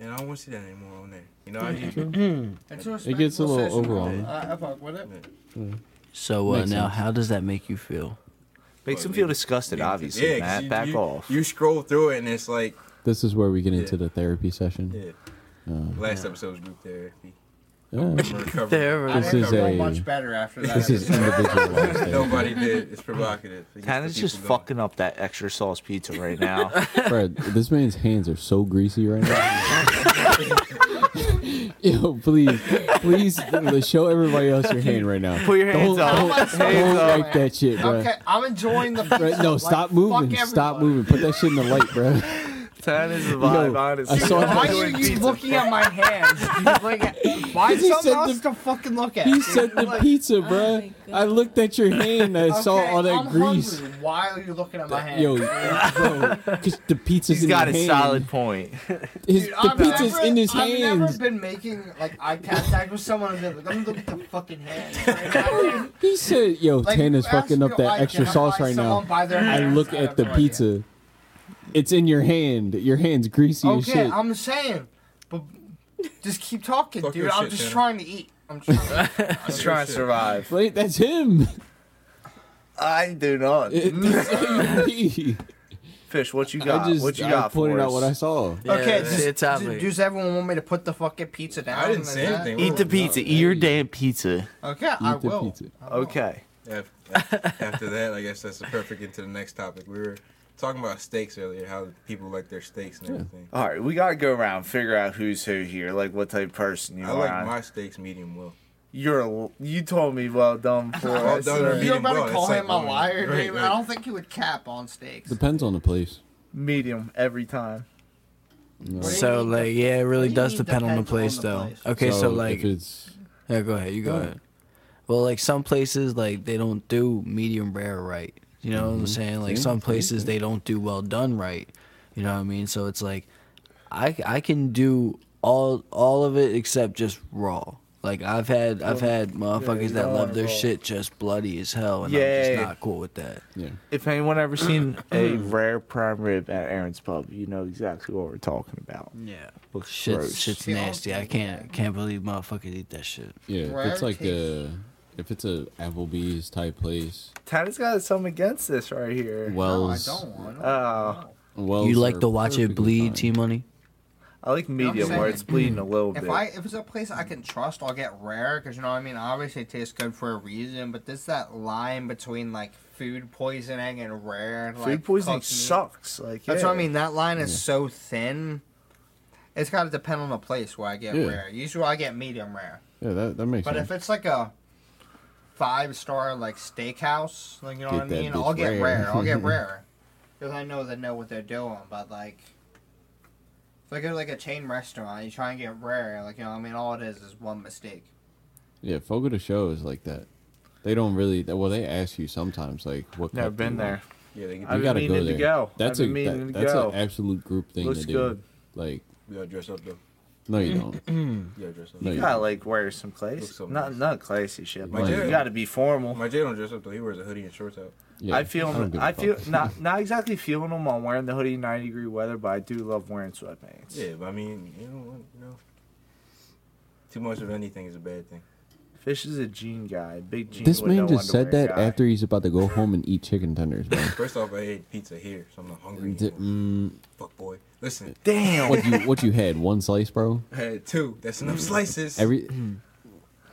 A: and I don't want to see that anymore on there. You know, I just
C: True.
B: It's a
C: It gets a
B: respectful
C: little
B: session, though.
C: overwhelming.
B: I, I fuck with Uh, it.
F: So uh,
C: Makes
F: now,
C: sense.
F: how does that make you feel?
D: Makes them
A: Well,
D: feel
A: you-
D: disgusted,
A: Yeah,
D: obviously,
A: 'cause
D: Matt.
A: you-
D: Back
A: you-
D: off.
A: You scroll through it and it's like,
C: This is where we get into
A: Yeah.
C: the therapy session.
A: yeah.
D: Oh,
A: Last episode was group therapy.
C: Yeah.
A: I'm recovering.
F: Therapy.
B: I
C: This
B: didn't
C: is
B: feel
C: a-
B: much better after that.
C: This is [LAUGHS]
B: episode.
A: [LAUGHS]
C: individualized. therapy.
A: Nobody did. It's provocative. It gets
D: Hannah's
A: the
D: just
A: people going.
D: fucking up that extra sauce pizza right [LAUGHS] now.
C: Fred, this man's hands are so greasy right now. Yo, please, please l- show everybody else your hand right now.
D: Put your hands
C: don't,
D: up.
C: Don't,
D: Hands
C: don't
D: up.
C: like that shit, bro.
B: Okay, I'm enjoying the.
C: no,
B: like,
C: stop
B: fuck
C: moving. Stop
B: everyone.
C: moving. Put that shit in the light, bro.
D: Hannah's vibe,
C: Yo,
D: honestly.
C: I saw
B: Why
C: that-
B: are you looking at my
C: [LAUGHS]
B: hands? Like,
C: he
B: why is something
C: said
B: else
C: the-
B: to fucking look at?
C: He
B: dude?
C: said the
B: Like,
C: pizza,
E: Oh
C: bro.
E: my God.
C: I looked at your hand. I saw
B: okay,
C: all that
B: I'm
C: grease.
B: hungry. Why are you looking at my hands? [LAUGHS]
C: Yo, bro, cause the pizza's
D: He's
C: in
D: got
C: your
D: a
C: hand.
D: solid [LAUGHS] point.
C: His,
B: Dude,
C: the
B: I've
C: pizza's
B: never-
C: in his
B: I've never
C: hands.
B: been making like eye contact with someone and been like, I'm looking at the
C: [LAUGHS]
B: fucking hands. Right now, dude.
C: He said, "Yo,
B: Like,
C: Tana's
B: you ask
C: fucking
B: me
C: up
B: to
C: that extra
B: identify
C: sauce right now."
B: someone by their
C: I
B: hands,
C: look
B: I
C: at
B: have
C: the
B: no idea.
C: pizza. It's in your hand. Your hand's greasy as
B: Okay,
C: shit.
B: I'm saying, but just keep talking,
A: Talk
B: dude.
A: your
B: I'm
A: shit,
B: just
A: Tanner.
B: trying to eat. I'm just trying
A: [LAUGHS]
B: to
A: I'm
D: He's trying to survive.
C: Wait, that's him. [LAUGHS]
D: I do not.
B: Mm. [LAUGHS]
C: It's me.
D: Fish, what you got?
C: I just
D: what you
C: I
D: got
C: pointed
D: for
C: out
D: us?
C: what I saw.
B: okay,
F: it's
B: just,
F: it's
B: just, does everyone want me to put the fucking pizza down?
A: I didn't
B: Is
A: say
B: that-
A: anything.
D: Eat the pizza. Eat your damn pizza.
B: Okay, I
C: Eat the
B: will.
C: pizza.
D: Okay.
A: Af- After that, I guess that's the perfect into the next topic. We were talking about steaks earlier, how people like their steaks and everything.
D: All right, we gotta go around figure out who's who here, like what type of person you
A: I
D: are.
A: like my steaks medium well.
D: You're a, you told me
A: [LAUGHS]
D: well done for
A: Well
D: us.
A: done or
B: You're
A: medium
B: about
A: well.
B: to call
A: It's like
B: him a
D: oh,
A: going-
B: liar,
A: right,
B: dude.
A: right.
B: I don't think he would cap on steaks.
C: Depends on the place.
D: medium every time.
C: No.
B: What do you
F: So
B: mean
F: like,
B: dep-
F: yeah, it
B: what
F: really
B: do you
F: does
B: mean
F: depend on the
B: depends on
F: place,
B: the
F: though.
B: place?
F: Okay, so,
C: if
F: like,
C: it's
F: yeah, go ahead, you go
C: Go
F: ahead.
C: ahead.
F: Well, like some places, like they don't do medium rare right. You know what I'm saying? Like
C: See?
F: some
C: See?
F: places they don't do well done right. You know what I mean? So it's like, I I can do all all of it except just raw. Like I've had I've had motherfuckers that
D: don't
F: love
D: want
F: their
D: raw.
F: shit just bloody as hell, and I'm
D: Yeah.
F: just not cool with that.
C: yeah,
D: If anyone ever [CLEARS THROAT] seen a rare prime rib at Aaron's pub, you know exactly what we're talking about.
F: Yeah,
D: Looks
F: shit's
D: gross.
F: shit's
B: See, I'll
F: nasty. I
B: take
F: can't can't believe motherfuckers eat that shit.
C: yeah. If
B: Rare
C: it's like
B: taste.
C: the if it's a Applebee's type place,
D: Tana's got something against this right here.
B: No, I
C: Wells,
B: don't want it.
D: Oh,
C: Wells.
F: you
C: are
F: like to watch it
C: perfectly
F: bleed, T
C: fine.
F: Money?
D: I like medium
B: saying.
D: where it's bleeding a little
B: If
D: bit.
B: I if it's a place I can trust, I'll get rare because you know what I mean. Obviously, it tastes good for a reason, but there's that line between like food poisoning and rare. And,
D: Food
B: like,
D: poisoning
B: cooked meat.
D: sucks. Like
B: That's what I
D: yeah.
B: mean. That line is so thin. It's got to depend on the place where I get
C: Yeah.
B: rare. Usually, I get medium rare.
C: Yeah, that that makes
B: But
C: sense.
B: if it's like a five star like steakhouse, like you know
C: Get
B: what I
C: that
B: mean,
C: bitch
B: I'll get
C: rare.
B: rare.
C: [LAUGHS]
B: I'll get rare because I know they know what they're doing. But like, if I go to like a chain restaurant, you try and get rare, like you know what I mean, all it is is one mistake.
C: Yeah, Fogo de Show is like that. They don't really. Well, they ask you sometimes, like, what.
D: Never
C: cup do you
D: been
C: want?
D: there.
A: Yeah, they get
D: I've
C: You
D: been
C: gotta
D: meaning
C: go
D: to
C: there.
D: go.
C: That's
D: I've
C: a
D: been meaning
C: that-
D: to
C: that's
D: go.
C: an absolute group thing
D: Looks
C: to do.
D: good.
C: Like,
A: we gotta dress up though.
C: no, you
D: [LAUGHS]
C: don't.
A: You gotta dress up.
C: No,
D: You
C: you
D: gotta
C: don't.
D: like wear some
A: Look
D: classy,
A: so
D: not
A: nice.
D: not classy shit. But
C: Like,
D: you
A: yeah.
D: gotta be formal.
A: My Jay don't dress up though. He wears a hoodie and shorts out.
C: Yeah,
D: I feel
C: don't
D: him.
C: give a
D: I feel
C: fuck. [LAUGHS]
D: not not exactly feeling them on wearing the hoodie in 90 degree weather, but I do love wearing sweatpants.
A: Yeah, but I mean, you know, what, you know, too much of anything is a bad thing.
D: Fish is a jean guy, big jean.
C: This
D: with
C: man
D: no
C: just said
D: underwear
C: that
D: guy.
C: after he's about to go home and eat chicken tenders, [LAUGHS] man.
A: First off, I ate pizza here, so I'm not hungry.
C: D-
A: anymore.
C: mm,
A: Fuck boy, listen,
D: Damn.
C: what you what you had? One slice, bro.
A: I had two. That's enough slices.
C: Every,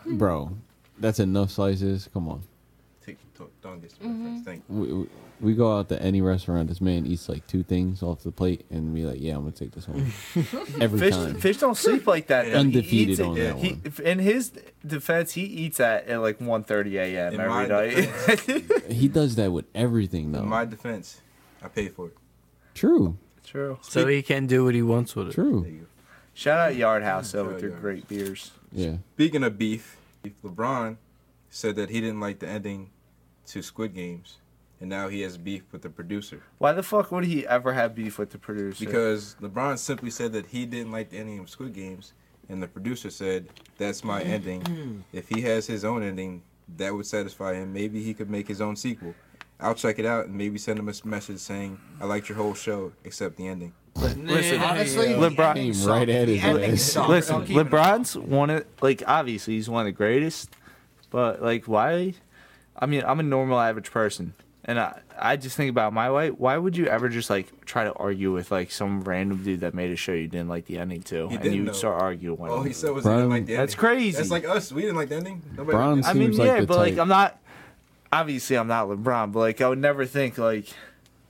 C: bro, that's enough slices. Come on,
A: Tick tock, don't get some reference. Thank you.
C: we, we- we go out to any restaurant. This man eats like two things off the plate, and we like, yeah, I'm gonna take this home every
D: Fish,
C: time.
D: fish don't sleep like that. though.
C: Undefeated
D: he eats it-
C: on that
D: he-
C: one.
D: if- In his defense, he eats that at like 1:30 a.m.
A: In
D: every
A: my
D: night.
C: He does that with everything, though.
A: In my defense, I paid for it.
C: True,
D: [LAUGHS] True.
F: So he can do what he wants with it.
A: There
C: true.
A: you go.
D: Shout out Yard House though
A: Shout
D: with their
A: out Yard
D: great beers.
C: Yeah.
A: Speaking of beef, if LeBron said that he didn't like the ending to Squid Games, and now he has beef with the producer
D: Why the fuck would he ever have beef with the producer?
A: because LeBron simply said that he didn't like the ending of Squid Games, and the producer said that's my ending. If he has his own ending, that would satisfy him. Maybe he could make his own sequel. I'll check it out and maybe send him a s- message saying I liked your whole show except the ending.
D: Listen,
B: Honestly,
D: LeBron-
B: the ending
D: Came
B: sucked.
C: right at
B: The
C: his
B: ending
C: ass.
B: sucked.
D: Listen,
B: I'll keep it up.
D: LeBron's one of like obviously he's one of the greatest, but like why? I mean, I'm a normal average person, and I I just think about my way. Why would you ever just like try to argue with like some random dude that made a show you didn't like the ending to, and
A: didn't,
D: you
A: though.
D: start arguing? with
A: All
D: him?
A: he said was
C: Bro,
A: he didn't like the
D: that's
A: ending.
D: crazy.
A: That's like us. We didn't like the ending. Nobody
C: Bron's-
D: I
A: liked
D: mean,
C: Seems like
D: yeah,
C: the
D: but like
C: type.
D: I'm not. Obviously, I'm not LeBron, but like I would never think like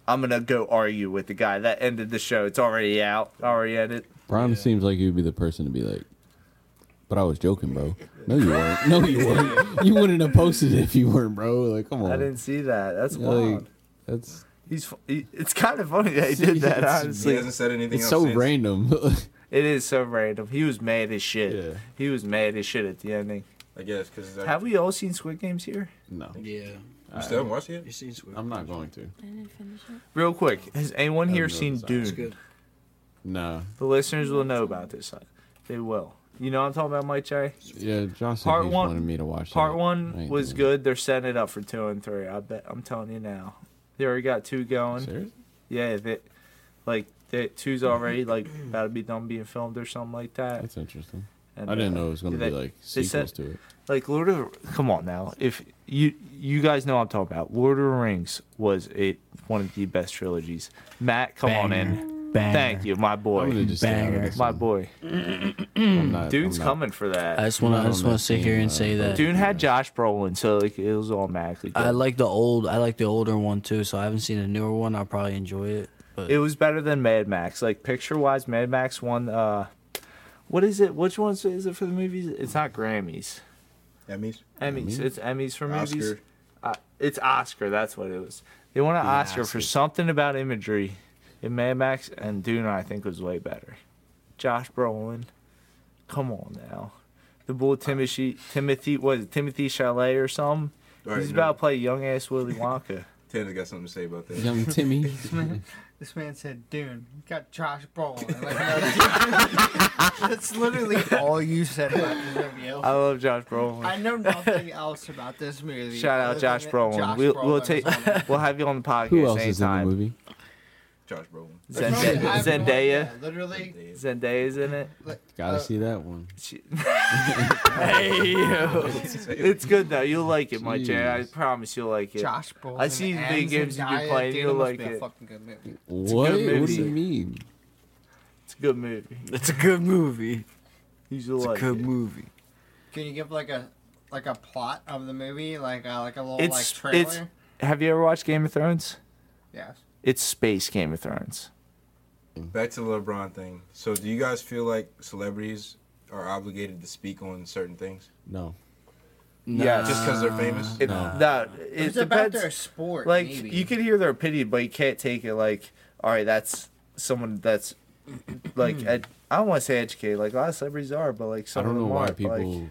D: I'm gonna go argue with the guy that ended the show. It's already out, already ended.
C: Bron seems like you'd be the person to be like, but I was joking, bro. No, you weren't. No, you weren't. You wouldn't have posted it if you weren't, bro. Like, come on.
D: I didn't see that. That's
C: Yeah,
D: wild.
C: like, that's
D: He's. fu- He, it's kind of funny
C: [LAUGHS]
D: that he did that.
C: It's-
A: it.
D: Honestly,
A: he hasn't said anything.
C: it's
A: else
C: so
A: since.
C: random. [LAUGHS]
D: it is so random. He was mad as shit.
C: Yeah.
D: He was mad as shit at the ending.
A: I guess because
D: Have we all seen Squid Games here?
C: no,
F: Yeah.
A: you still haven't watched it?
F: You
A: yet?
F: seen Squid
C: I'm not going to.
E: I didn't finish it.
D: Real quick, has anyone here
C: no,
D: seen
C: it's not.
F: It's
D: Dune?
F: good.
C: No.
D: The listeners will know about this. They will. You know what I'm talking about, Mike J.
C: Yeah, Josh said
D: Part
C: he
D: one-
C: wanted me to watch.
D: Part
C: that. I
D: one
C: ain't
D: was
C: doing
D: good. They're setting it up for two and three. I bet. I'm telling you now. They already got two
C: it.
D: going.
C: Serious?
D: Yeah, they, like they, two's already like about to be done being filmed or something like that.
C: That's interesting.
D: And,
C: I didn't
D: uh,
C: know it was going to
D: they-
C: be like
D: they
C: sequels
D: said-
C: to it.
D: like Lord of come on now. If you you guys know what I'm talking about. Lord of the Rings was it one of the best trilogies. Matt, come on in.
F: Bang.
D: Thank you, my
C: I'm gonna
D: boy.
C: just stay out of
F: banger.
C: this
D: My
C: one.
D: boy.
C: I'm not-
D: Dune's
C: I'm not-
D: coming for
F: I
D: that.
F: just want to. I
C: No,
F: just
C: no,
F: want to sit here and
C: no.
F: say that
D: Dune had Josh Brolin, so like it was automatically.
F: I
D: good.
F: like the old. I like the older one too. So I haven't seen the newer one. I'll probably enjoy it. But
D: it was better than Mad Max. Like picture wise, Mad Max won. Uh, what is it? Which one is it for the movies? It's not Grammys.
A: That means
D: Emmys. It's Emmys for movies.
A: Oscar.
D: uh, it's Oscar. That's what it was. They won an Oscar for something about imagery in Mad Max and Dune. I think was way better. Josh Brolin, come on now. The
A: Uh,
D: bull Timothy Timothy was it Timothy Chalet or something.
A: All right,
D: He's
A: no.
D: about to play young ass
A: [LAUGHS]
D: Willy Wonka.
A: Tanner's got something to say about that.
C: [LAUGHS] Young
D: [LAUGHS]
C: Timmy.
B: This man, this man said Dune. You got Josh Brolin. Like, [LAUGHS] that's literally all you
C: [LAUGHS]
B: said about this movie.
D: I
B: I,
D: love Josh Brolin.
B: know nothing else about this movie.
D: Shout out
B: other
D: Josh
B: than
D: Brolin.
B: Josh
D: we'll we'll
B: Brolin
D: take
B: was
D: [LAUGHS]
B: on it.
D: we'll have you on the podcast
C: Who else is in the
D: anytime.
C: movie?
A: Josh Brolin.
B: Like,
D: Zenda-
B: I have no
D: Zendaya.
B: idea. Literally.
D: Zendaya's in it.
B: like,
C: Gotta
B: uh,
C: see that one.
D: She- hey yo. It's good though. You'll like it, Mike J. I
C: Jeez.
D: promise you'll like it.
B: Josh Brolin.
D: I see the
B: and
D: big games you've been
B: Zendaya,
D: playing,
B: dude,
D: you'll
B: it must
D: like
B: be
D: it.
B: A fucking good movie.
C: What? What do
D: movie.
C: you mean?
D: It's a good movie.
F: it's a good movie.
D: You'll
F: It's a
D: like
F: good
D: it.
F: movie.
B: Can you give like a like a plot of the movie, like uh, like a little
D: It's
B: like trailer?
D: it's. Have you ever watched Game of Thrones?
B: yes.
D: It's space Game of Thrones.
A: Back to the LeBron thing. So, do you guys feel like celebrities are obligated to speak on certain things
C: No.
D: Yeah,
A: just because they're famous?
D: It, no, it
B: It's about their
D: depends.
B: sport.
D: Like
B: maybe.
D: you can hear their opinion, but you can't take it like, all right, that's someone that's like ed- I don't want to say educated. Like a lot of celebrities are, but like
C: I
D: some
C: don't
D: of
C: know
D: them
C: why
D: aren't, like-
C: people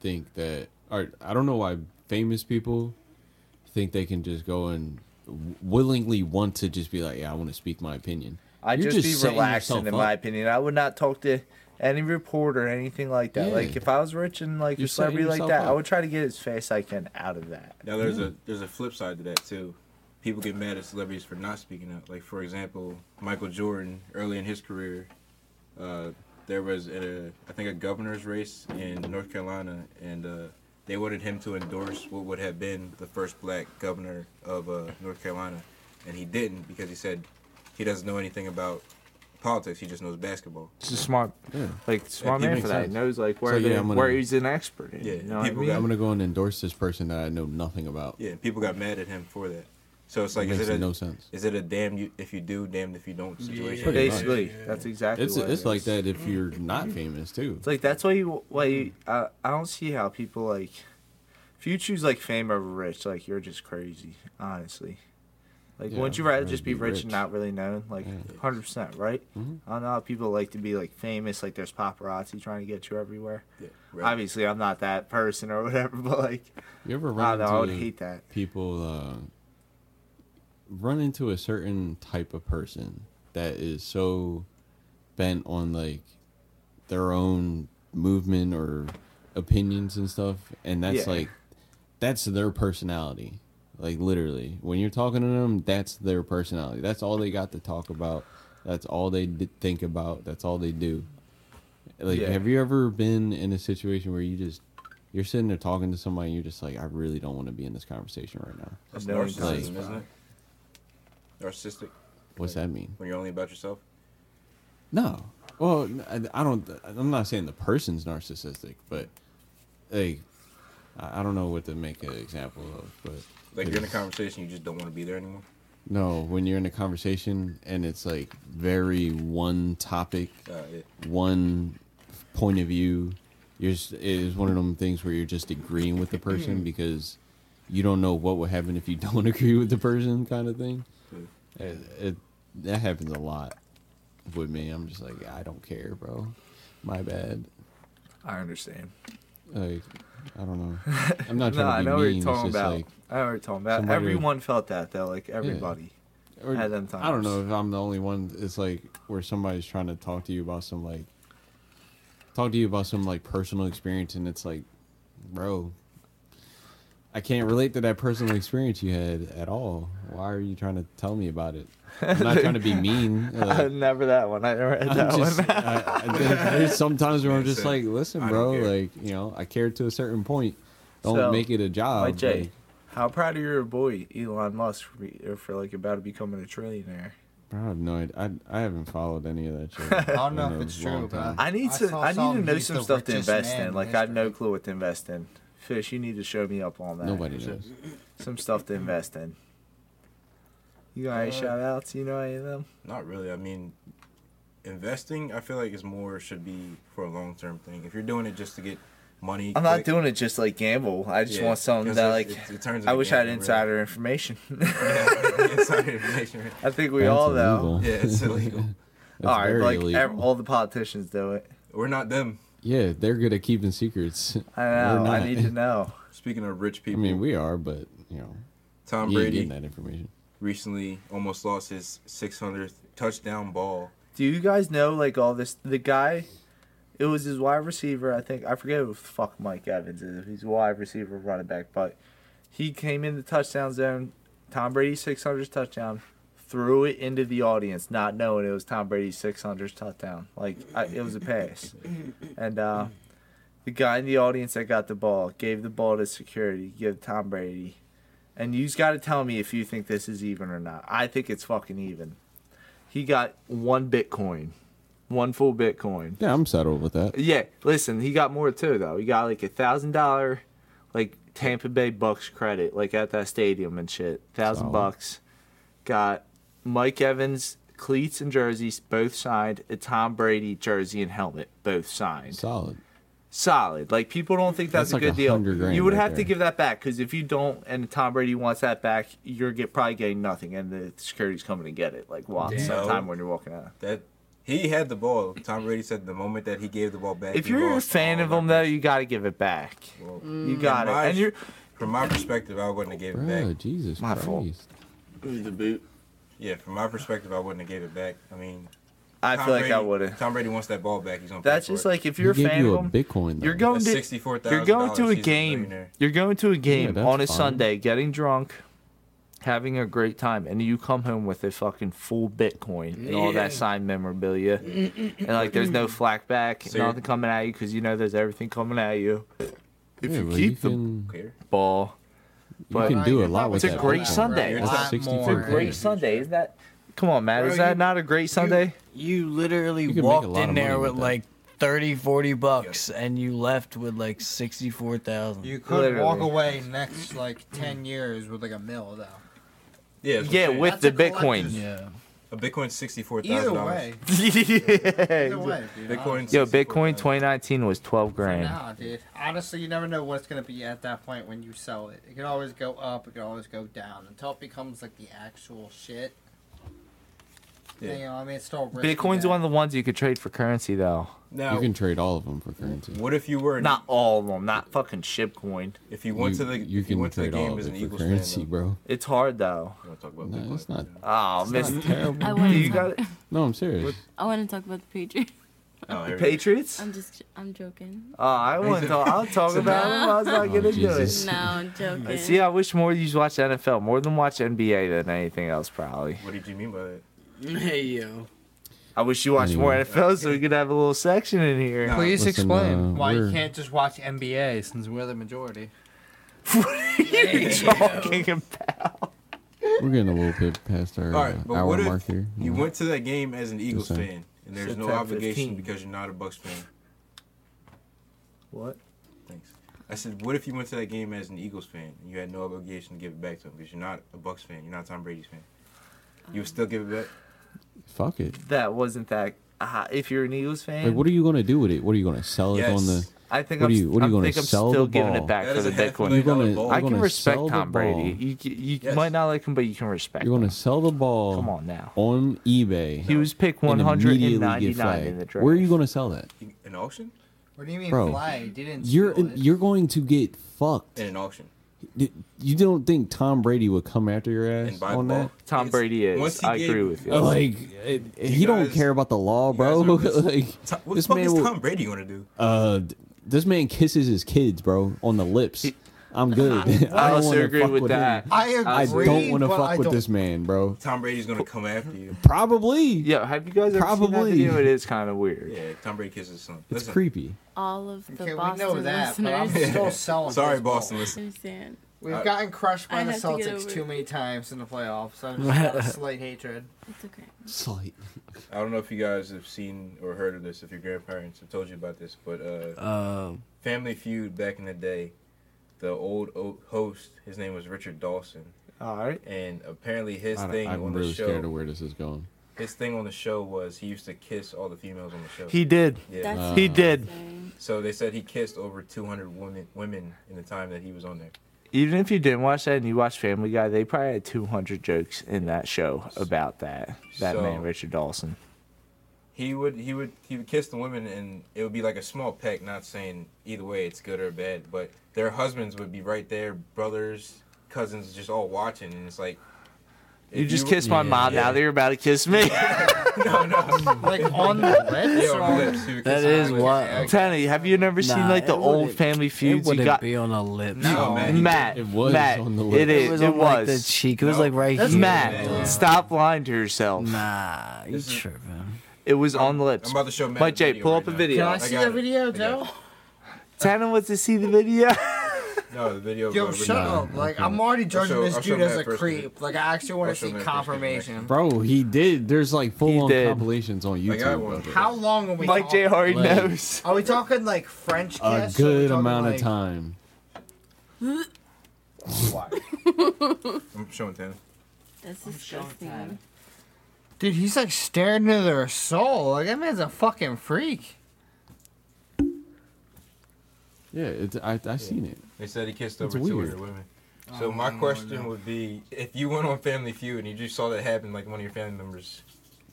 C: think that, or I don't know why famous people think they can just go and w- willingly want to just be like, yeah, I want to speak my opinion.
D: I'd
C: You're
D: just, be
C: setting
D: relaxing, in
C: yourself
D: my
C: up.
D: opinion. I would not talk to any reporter or anything like that.
C: Yeah.
D: Like if I was rich and like
C: You're
D: a
C: setting
D: celebrity like
C: yourself
D: that, I
C: up.
D: would try to get as fast as I can out of that.
A: Now, there's a there's a flip side to that too. People get mad at celebrities for not speaking up. Like, for example, Michael Jordan early in his career, uh, there was a I think a governor's race in North Carolina, and uh, they wanted him to endorse what would have been the first black governor of uh, North Carolina, and he didn't because he said he doesn't know anything about politics. He just knows basketball.
D: It's a smart, like smart
A: Yeah,
D: man
A: makes
D: for that. He
A: sense.
D: knows like where
C: So, yeah,
D: they-
C: I'm gonna-
D: where he's an expert. In,
A: Yeah,
D: you know what I
A: people
D: mean?
A: got-
C: I'm gonna go and endorse this person that I know nothing about.
A: Yeah, and people got mad at him for that. So it's like,
C: makes
A: is it a,
C: no sense.
A: Is it a damn you if you do, damned if you don't situation?
C: Pretty much.
D: Basically, that's exactly.
C: It's
D: what it
C: it's like
D: is.
C: that if you're not famous too.
D: It's like that's why you why you, I I don't see how people like if you choose like fame over rich, like you're just crazy. Honestly, like
C: Yeah,
D: wouldn't you
C: I'd
D: rather
C: rather
D: just be
C: be
D: rich, and
C: rich. Mm-hmm.
D: not really known? Like hundred percent, right? I don't know how people like to be like famous. Like there's paparazzi trying to get you everywhere.
A: Yeah, right.
D: Obviously, I'm not that person or whatever, [LAUGHS] but like
C: You ever
D: I don't
C: run
D: know, I would
C: into
D: hate that.
C: people uh, run into a certain type of person that is so bent on like their own movement or opinions and stuff, and that's
D: Yeah.
C: like that's their personality. Like literally, when you're talking to them, that's their personality. That's all they got to talk about. That's all they d- think about. That's all they do. Like,
D: Yeah.
C: have you ever been in a situation where you just you're sitting there talking to somebody, and you're just like, I really don't want to be in this conversation right now.
A: That's
D: No, it's
A: narcissism,
C: not.
A: isn't it? Narcissistic
C: What's that mean?
A: when you're only about yourself.
C: No. Well, I, I don't. I'm not saying the person's narcissistic, but like, I I don't know what to make an example of. But
A: Like you're in a conversation, you just don't want to be there anymore.
C: no, when you're in a conversation and it's like very one topic,
A: Uh, yeah.
C: one point of view, you're just, it is one of them things where you're just agreeing with the
D: Mm-hmm.
C: person because you don't know what would happen if you [LAUGHS] don't agree with the person, kind of thing. It, it, that happens a lot with me. I'm just like, I don't care, bro. My bad.
D: I understand.
C: Like, I
D: [LAUGHS]
C: don't know. I'm not
D: No, I
C: trying
D: know
C: to
D: what
C: be mean.
D: you're
C: It's
D: talking
C: just
D: about.
C: like,
D: I know what you're talking about.
C: somebody-
D: Everyone felt that though, like everybody.
C: or,
D: Had them
C: I don't
D: times.
C: know if I'm the only one. It's like where somebody's trying to talk to you about some like talk to you about some like personal experience, and it's like, bro, I can't relate to that personal experience you had at all. Why are you trying to tell me about it? I'm not trying to be mean.
D: Uh, [LAUGHS]
C: Like,
D: never that one. I never had
C: I'm
D: that
C: just,
D: one.
C: I, I, there's sometimes where I'm
A: Man
C: just
A: said,
C: like, listen,
A: "I don't
C: bro,
A: care."
C: like you know, I care to a certain point. Don't
D: So,
C: make it a job.
D: Like Jay,
C: like,
D: how proud of your boy Elon Musk for, be- er, for like about becoming a trillionaire?
C: I have no idea. I, I haven't followed any of that shit. I
B: don't know if it's true, but I-
D: I need to
B: saw
D: I need to
B: something,
D: know
B: he's
D: some
B: the
D: stuff to
B: richest
D: invest
B: man
D: in.
B: in
D: Like I have no
B: history.
D: clue what to invest in. Fish, you need to show me up on that.
C: Nobody knows.
D: Some stuff to invest in. You got any shout outs? You know any of them?
A: Not really. I mean, investing, I feel like is more should be for a long term thing. If you're doing it just to get money,
D: I'm not
A: quick-
D: doing it just like gamble. I just
A: Yeah,
D: want something
A: 'cause
D: that
A: it-
D: like
A: it- it turns
D: I
A: into
D: wish I had
A: gambling,
D: insider information.
A: really. [LAUGHS] insider information. right?
D: [LAUGHS] I think we
C: That's
D: all know.
C: illegal.
A: Yeah,
C: [LAUGHS]
A: it's
D: [LAUGHS]
A: illegal.
C: That's
D: All right,
C: very
D: like
C: illegal.
D: ev- all the politicians do it.
A: We're not them.
C: yeah, they're good at keeping secrets. [LAUGHS]
D: I
C: We're
D: know. I
C: not.
D: need to know.
A: Speaking of rich
C: I
A: people,
C: mean, we are, but you know,
A: Tom
C: you ain't
A: Brady
C: getting that information.
A: recently almost lost his 600th touchdown ball.
D: Do you guys know like all this? The guy, it was his wide receiver. I think I forget who the fuck Mike Evans is. If he's a wide receiver, running back, but he came in the touchdown zone. Tom Brady's 600 touchdown. Threw it into the audience, not knowing it was Tom Brady's 600 touchdown. Like I, it was a pass, and uh, the guy in the audience that got the ball gave the ball to security. Give Tom Brady, and you've got to tell me if you think this is even or not. I think it's fucking even. He got one Bitcoin, one full Bitcoin.
C: Yeah, I'm settled with that.
D: Yeah, listen, he got more too though. He got like a thousand dollar, like Tampa Bay Bucks credit, like at that stadium and shit. Thousand
C: Solid.
D: bucks. Got Mike Evans cleats and jerseys both signed. A Tom Brady jersey and helmet both signed.
C: Solid.
D: Solid. Like people don't think that's,
C: That's
D: a
C: like
D: good deal.
C: 100 grand
D: You would
C: right
D: have to
C: there.
D: give that back because if you don't, and Tom Brady wants that back, you're get probably getting nothing, and the security's coming to get it. Like wow,
A: Damn.
D: sometime when you're walking out.
A: That he had the ball. Tom Brady said the moment that he gave the ball back.
D: If
A: he
D: you're a
A: lost
D: fan
A: all
D: of him though,
A: records.
D: you got to give it back.
A: Well,
D: You got it.
A: my-
D: And you're
A: from my perspective, I wouldn't have gave it
C: Bro,
A: back.
C: Jesus
D: My
C: Christ.
D: fault.
G: The boot.
A: Yeah, from my perspective, I wouldn't have gave it back. I mean,
D: I
A: Tom
D: feel like
A: Brady,
D: I would have.
A: Tom Brady wants that ball back. He's on.
D: That's just like if you're a
C: he gave
D: fan
C: you
D: of
C: a
D: him,
C: Bitcoin. Though.
D: you're going to
A: sixty-four thousand.
D: you're going to a game. You're going to a game
C: that's
D: on a
C: fine.
D: Sunday, getting drunk, having a great time, and you come home with a fucking full Bitcoin and all that signed memorabilia, and like there's no flack back,
A: So you're-
D: nothing coming at you because you know there's everything coming at you. If
C: Yeah,
D: you
C: well,
D: keep the
C: can,
A: Clear.
D: ball,
C: you
D: but
C: can do a lot
B: It's
C: with
D: a
C: that
D: great
C: Bitcoin.
D: Sunday.
C: That's
B: Lot
C: 64
B: more. It's a
D: great
C: grand.
D: Sunday, isn't that? Come on, Matt,
F: Bro,
D: is that
F: you-
D: not a great Sunday?
F: You literally
C: You could make a
F: walked
C: lot
F: in
C: of
F: there
C: money
F: with
C: with that.
F: like 30, 40 bucks and you left with like 64,000.
B: You could
D: Literally.
B: walk away next like ten years with like a mill though.
A: Yeah, that's what
D: Yeah,
A: I'm saying.
D: with
B: That's
D: the
B: a collector's-
D: Bitcoin.
F: yeah.
A: a Bitcoin sixty-four
B: Either
A: thousand dollars.
B: way,
D: [LAUGHS] Yeah.
B: either way, dude. honestly.
A: Bitcoin.
D: Yo, Bitcoin
A: 64,000.
D: 2019 was 12 grand.
B: Nah, dude. Honestly, you never know what it's gonna be at that point when you sell it. It can always go up. It can always go down until it becomes like the actual shit.
A: Yeah.
B: You know, I mean, it's still risky
D: Bitcoin's
B: bet.
D: one of the ones you could trade for currency, though.
A: Now,
C: You can trade all of them for currency.
A: what if you were e-
D: Not all of them, not fucking shipcoin.
A: If you went
C: you,
A: to the
C: you
A: if
C: can
A: you went to the
C: trade all
A: game
C: of
A: as an
C: it for
A: Eagles fan,
C: currency,
A: though,
C: bro.
D: It's hard, though.
A: you wanna talk about
C: No,
A: Bitcoin,
C: it's not.
A: yeah.
D: Oh,
C: It's
D: miss. [LAUGHS]
C: not terrible.
E: I
D: You
E: want to talk,
D: got
C: No, I'm serious.
E: I want to talk about the Patriots.
A: Oh, here we go.
D: Patriots?
E: I'm just, I'm
B: [LAUGHS]
E: joking.
D: Oh, I won't talk. I'll talk about them. I was not
C: Oh,
D: gonna
C: Jesus.
D: do
E: No,
B: [LAUGHS]
E: I'm joking.
D: it. See, I wish more you watch NFL more than watch NBA than anything else. Probably.
A: What did you mean by that?
F: Hey yo.
D: I wish you watched more
C: Anyway.
D: NFL so we could have a little section in here.
A: No.
B: Please
C: Listen,
B: explain
C: uh,
B: why you
C: we're-
B: can't just watch NBA since we're the majority.
D: [LAUGHS] What are you talking about?
C: We're getting a little bit past our
A: All right,
C: uh,
A: but
C: hour
A: what if
C: mark here.
A: you went to that game as an Eagles
C: Yes, sir.
A: fan, and there's
D: Said
A: no
D: top
A: obligation
D: 15.
A: because you're not a Bucks fan?
D: What?
A: Thanks. I said, what if you went to that game as an Eagles fan and you had no obligation to give it back to him because you're not a Bucks fan, you're not Tom Brady's fan? You would still give it back?
C: Fuck it.
D: That wasn't that. Uh, if you're an Eagles fan,
C: Like, what are you gonna do with it? What are you gonna sell it on the?
A: Yes.
D: I think
C: what
D: I'm,
C: are you- what are you
D: I
C: gonna
D: think I'm
C: sell
D: still
C: the
D: giving
C: ball?
D: it back
A: That
D: for
A: is
D: the
A: a half
D: Bitcoin.
A: million
C: You're
A: dollar
C: gonna-
A: ball.
D: I
C: you're
D: can respect
C: sell the
D: Tom Brady.
C: ball.
D: You, c- you
A: Yes.
D: might not like him, but you can respect
C: You're
D: him.
C: gonna sell the ball.
D: Come on now.
C: On eBay.
D: He was picked
C: and immediately get
D: 199 in
C: flagged.
D: the draft.
C: Where are you gonna sell that?
A: An auction?
B: What do you mean
C: Bro,
B: fly? You didn't
C: You're
B: steal it.
C: you're going to get fucked.
A: In an auction.
C: You don't think Tom Brady would come after your
A: And
C: ass
A: buy
C: on
A: the ball.
C: that?
D: Oh, Tom
A: It's-
D: Brady
A: once
D: is.
A: he
D: I
A: gave-
D: agree with you.
C: Like it, he don't
A: guys-
C: care about the law,
A: you
C: bro. [LAUGHS]
A: guys are-
C: like
A: Tom, what the
C: this
A: fuck
C: man,
A: is
C: will,
A: Tom Brady going to do?
C: uh, d- this man kisses his kids, bro, on the lips.
A: [LAUGHS]
C: I'm good. [LAUGHS] I, don't
D: I
C: wanna
D: also agree
C: fuck
D: with
C: him.
D: that.
B: I
C: I
B: agree.
C: don't want to
B: but I
C: fuck with
B: don't-
C: this man, bro.
A: Tom Brady's going to come after
D: [LAUGHS]
A: you.
C: Probably.
D: Yeah, have you guys ever seen that
C: Probably.
D: video? It is kind of weird.
A: Yeah, Tom Brady kisses his son.
C: It's
A: Listen,
C: creepy.
E: All of the
B: Okay, we
E: Boston
B: know that, but I'm [LAUGHS]
E: listeners [LAUGHS]
B: still selling.
A: Sorry,
B: this ball.
A: Boston. Listen,
E: understand.
B: We've
A: I-
B: gotten crushed by
E: I
B: the
E: have to get over
B: Celtics too
E: it.
B: many times in the playoffs.
C: [LAUGHS]
B: So I'm just got a slight hatred.
E: It's okay.
C: Slight.
A: I don't know if you guys have seen or heard of this, if your grandparents have told you about this, but uh,
F: Um
A: Family Feud back in the day, the old o- host, his name was Richard Dawson,
D: All right.
A: and apparently his
C: I
A: thing
C: am
A: on
C: really
A: the
C: scared of
A: show,
C: where this is going.
A: his thing on the show was he used to kiss all the females on the show.
D: He did.
A: yeah.
B: Uh,
E: That's
D: He did.
E: insane.
A: So they said he kissed over 200 women women in the time that he was on there.
D: Even if you didn't watch that and you watched Family Guy, they probably had 200 jokes in that show about that. That
A: So-
D: man, Richard Dawson.
A: He would he would he would kiss the women and it would be like a small peck. Not saying either way it's good or bad, but their husbands would be right there, brothers, cousins, just all watching, and it's like.
D: You
A: if
D: just kissed my mom.
A: yeah.
D: Now that you're about to kiss me.
A: No, no.
B: Like on the lips.
A: Yeah, on the lips, he would kiss
F: That
A: on the
F: is
A: lips.
F: wild.
D: Tony, have you never seen
F: Nah,
D: like the
F: it
D: old
F: wouldn't-
D: Family
F: it
D: Feuds? You
F: wouldn't
D: got
F: be on the lips.
A: No, man.
D: Matt.
C: It was
D: Matt,
C: on the
D: It
C: lip.
D: is. It was.
F: on, like, the cheek. It was
A: No.
F: like right here.
D: Matt,
A: Yeah.
D: stop lying to yourself.
F: Nah, you
A: This is-
F: tripping.
D: It was on the
A: I'm
D: lips.
A: about to show Matt.
D: Mike
A: the
D: J,
A: video
D: pull
A: right
D: up a
A: now.
D: video.
B: Can I
D: I
B: see
A: got
B: that
A: it.
B: video,
A: I got
B: Joe?
D: Tanner wants to see the [LAUGHS] video.
A: No, the video.
B: Yo,
A: of, uh,
B: shut
A: Richard.
B: up. Like, I'm already judging
A: show-
B: this
A: I'll show
B: dude
A: Matt
B: as a
A: first.
B: creep. Like, I actually want
A: I'll
B: to
A: show
B: see
A: Matt first.
B: confirmation.
C: Bro, he did. There's like full on
D: did.
C: compilations on
A: I got
C: YouTube.
A: one.
C: bro.
B: How long are we
D: Mike J
B: talking?
D: already
C: Like-
D: knows.
B: Are we talking, like, French kiss?
C: A
B: Are we
C: good
B: talking,
C: amount
B: like-
C: of time.
A: I'm showing Tanner.
E: That's disgusting.
B: Dude, he's, like, staring into their soul. Like, that man's a fucking freak.
C: Yeah, it's, I I seen it.
A: They said he kissed
C: It's
A: over two
C: weird.
A: hundred women. So
B: Oh,
A: my question would be, if you went on Family Feud and you just saw that happen, like one of your family members,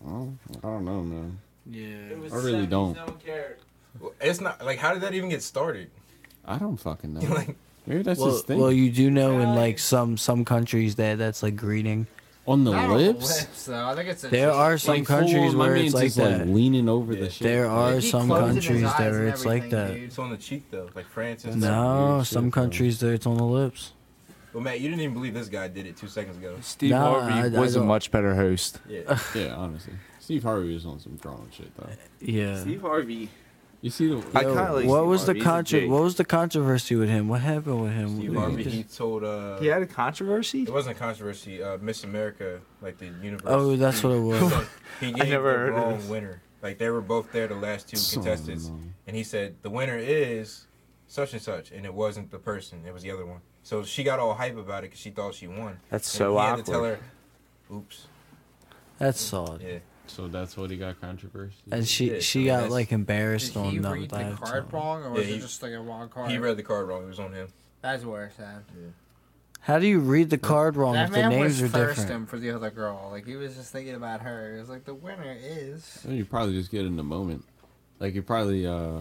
C: Well, I don't know, man.
F: Yeah.
C: I really don't.
A: Well, it's not like how did that even get started? [LAUGHS]
C: I don't fucking know.
A: like
C: Maybe that's
F: Well,
C: his thing.
F: well, you do know in like some some countries that that's like greeting.
C: on the
B: Not on
C: lips.
B: lips, though. I think it's a
F: There are some
C: Like, full
F: countries
C: on,
F: where
C: my
F: it's
C: man's
F: like
C: just,
F: that.
C: leaning over the shit.
F: there are
B: Like, he
F: some
B: closes his
F: countries
B: eyes
F: that where
B: and
F: it's like that.
B: everything,
A: it's on the cheek though, like France and stuff.
F: No,
C: weird
F: some
C: shit, bro.
F: countries that it's on the lips.
A: But Matt, you didn't even believe this guy did it two seconds ago.
D: Steve
F: Nah, Harvey I- I was a don't-
D: much better host. [LAUGHS]
A: Yeah.
C: Yeah, honestly. Steve Harvey was on some drawn shit though.
F: Yeah.
D: Harvey.
C: You see the
D: I
F: Yo,
D: kinda like
F: what
D: Steve Harvey.
F: was the
D: He's a
F: contro-
D: Jake.
F: What was the controversy with him? What happened with him?
A: Steve
F: What did
A: Harvey,
F: he do?
A: he told uh,
D: He had a controversy.
A: it wasn't a controversy. Uh, Miss America, like the universe.
F: Oh, that's what it was.
A: So
D: [LAUGHS]
A: he gave
D: never
A: the
D: heard of
A: wrong
D: this.
A: winner. Like they were both there, the last two
C: Son of
A: contestants,
C: a-
A: and he said the winner is such and such, and it wasn't the person; it was the other one. So she got all hype about it because she thought she won.
D: That's
A: And
D: so
A: he
D: awkward.
A: had to tell her, "Oops,
F: That's solid.
A: yeah."
C: So that's what he got controversy.
F: And she
A: Yeah, I
F: she
A: mean,
F: got
A: that's-
F: like
B: Did
F: embarrassed
B: he
F: on that.
B: read the
F: that
B: card
F: time.
B: wrong, or
A: Yeah,
B: was
A: he-
B: it just, like, a wrong card?
A: He read the card wrong. It was on him.
B: That's worse, man.
F: How do you read the card wrong
B: That
F: if the
B: man
F: names are
B: was
F: different?
B: thirsting for the other girl. Like, he was just thinking about her. He was like, the winner is...
C: you probably just get in the moment. Like you probably uh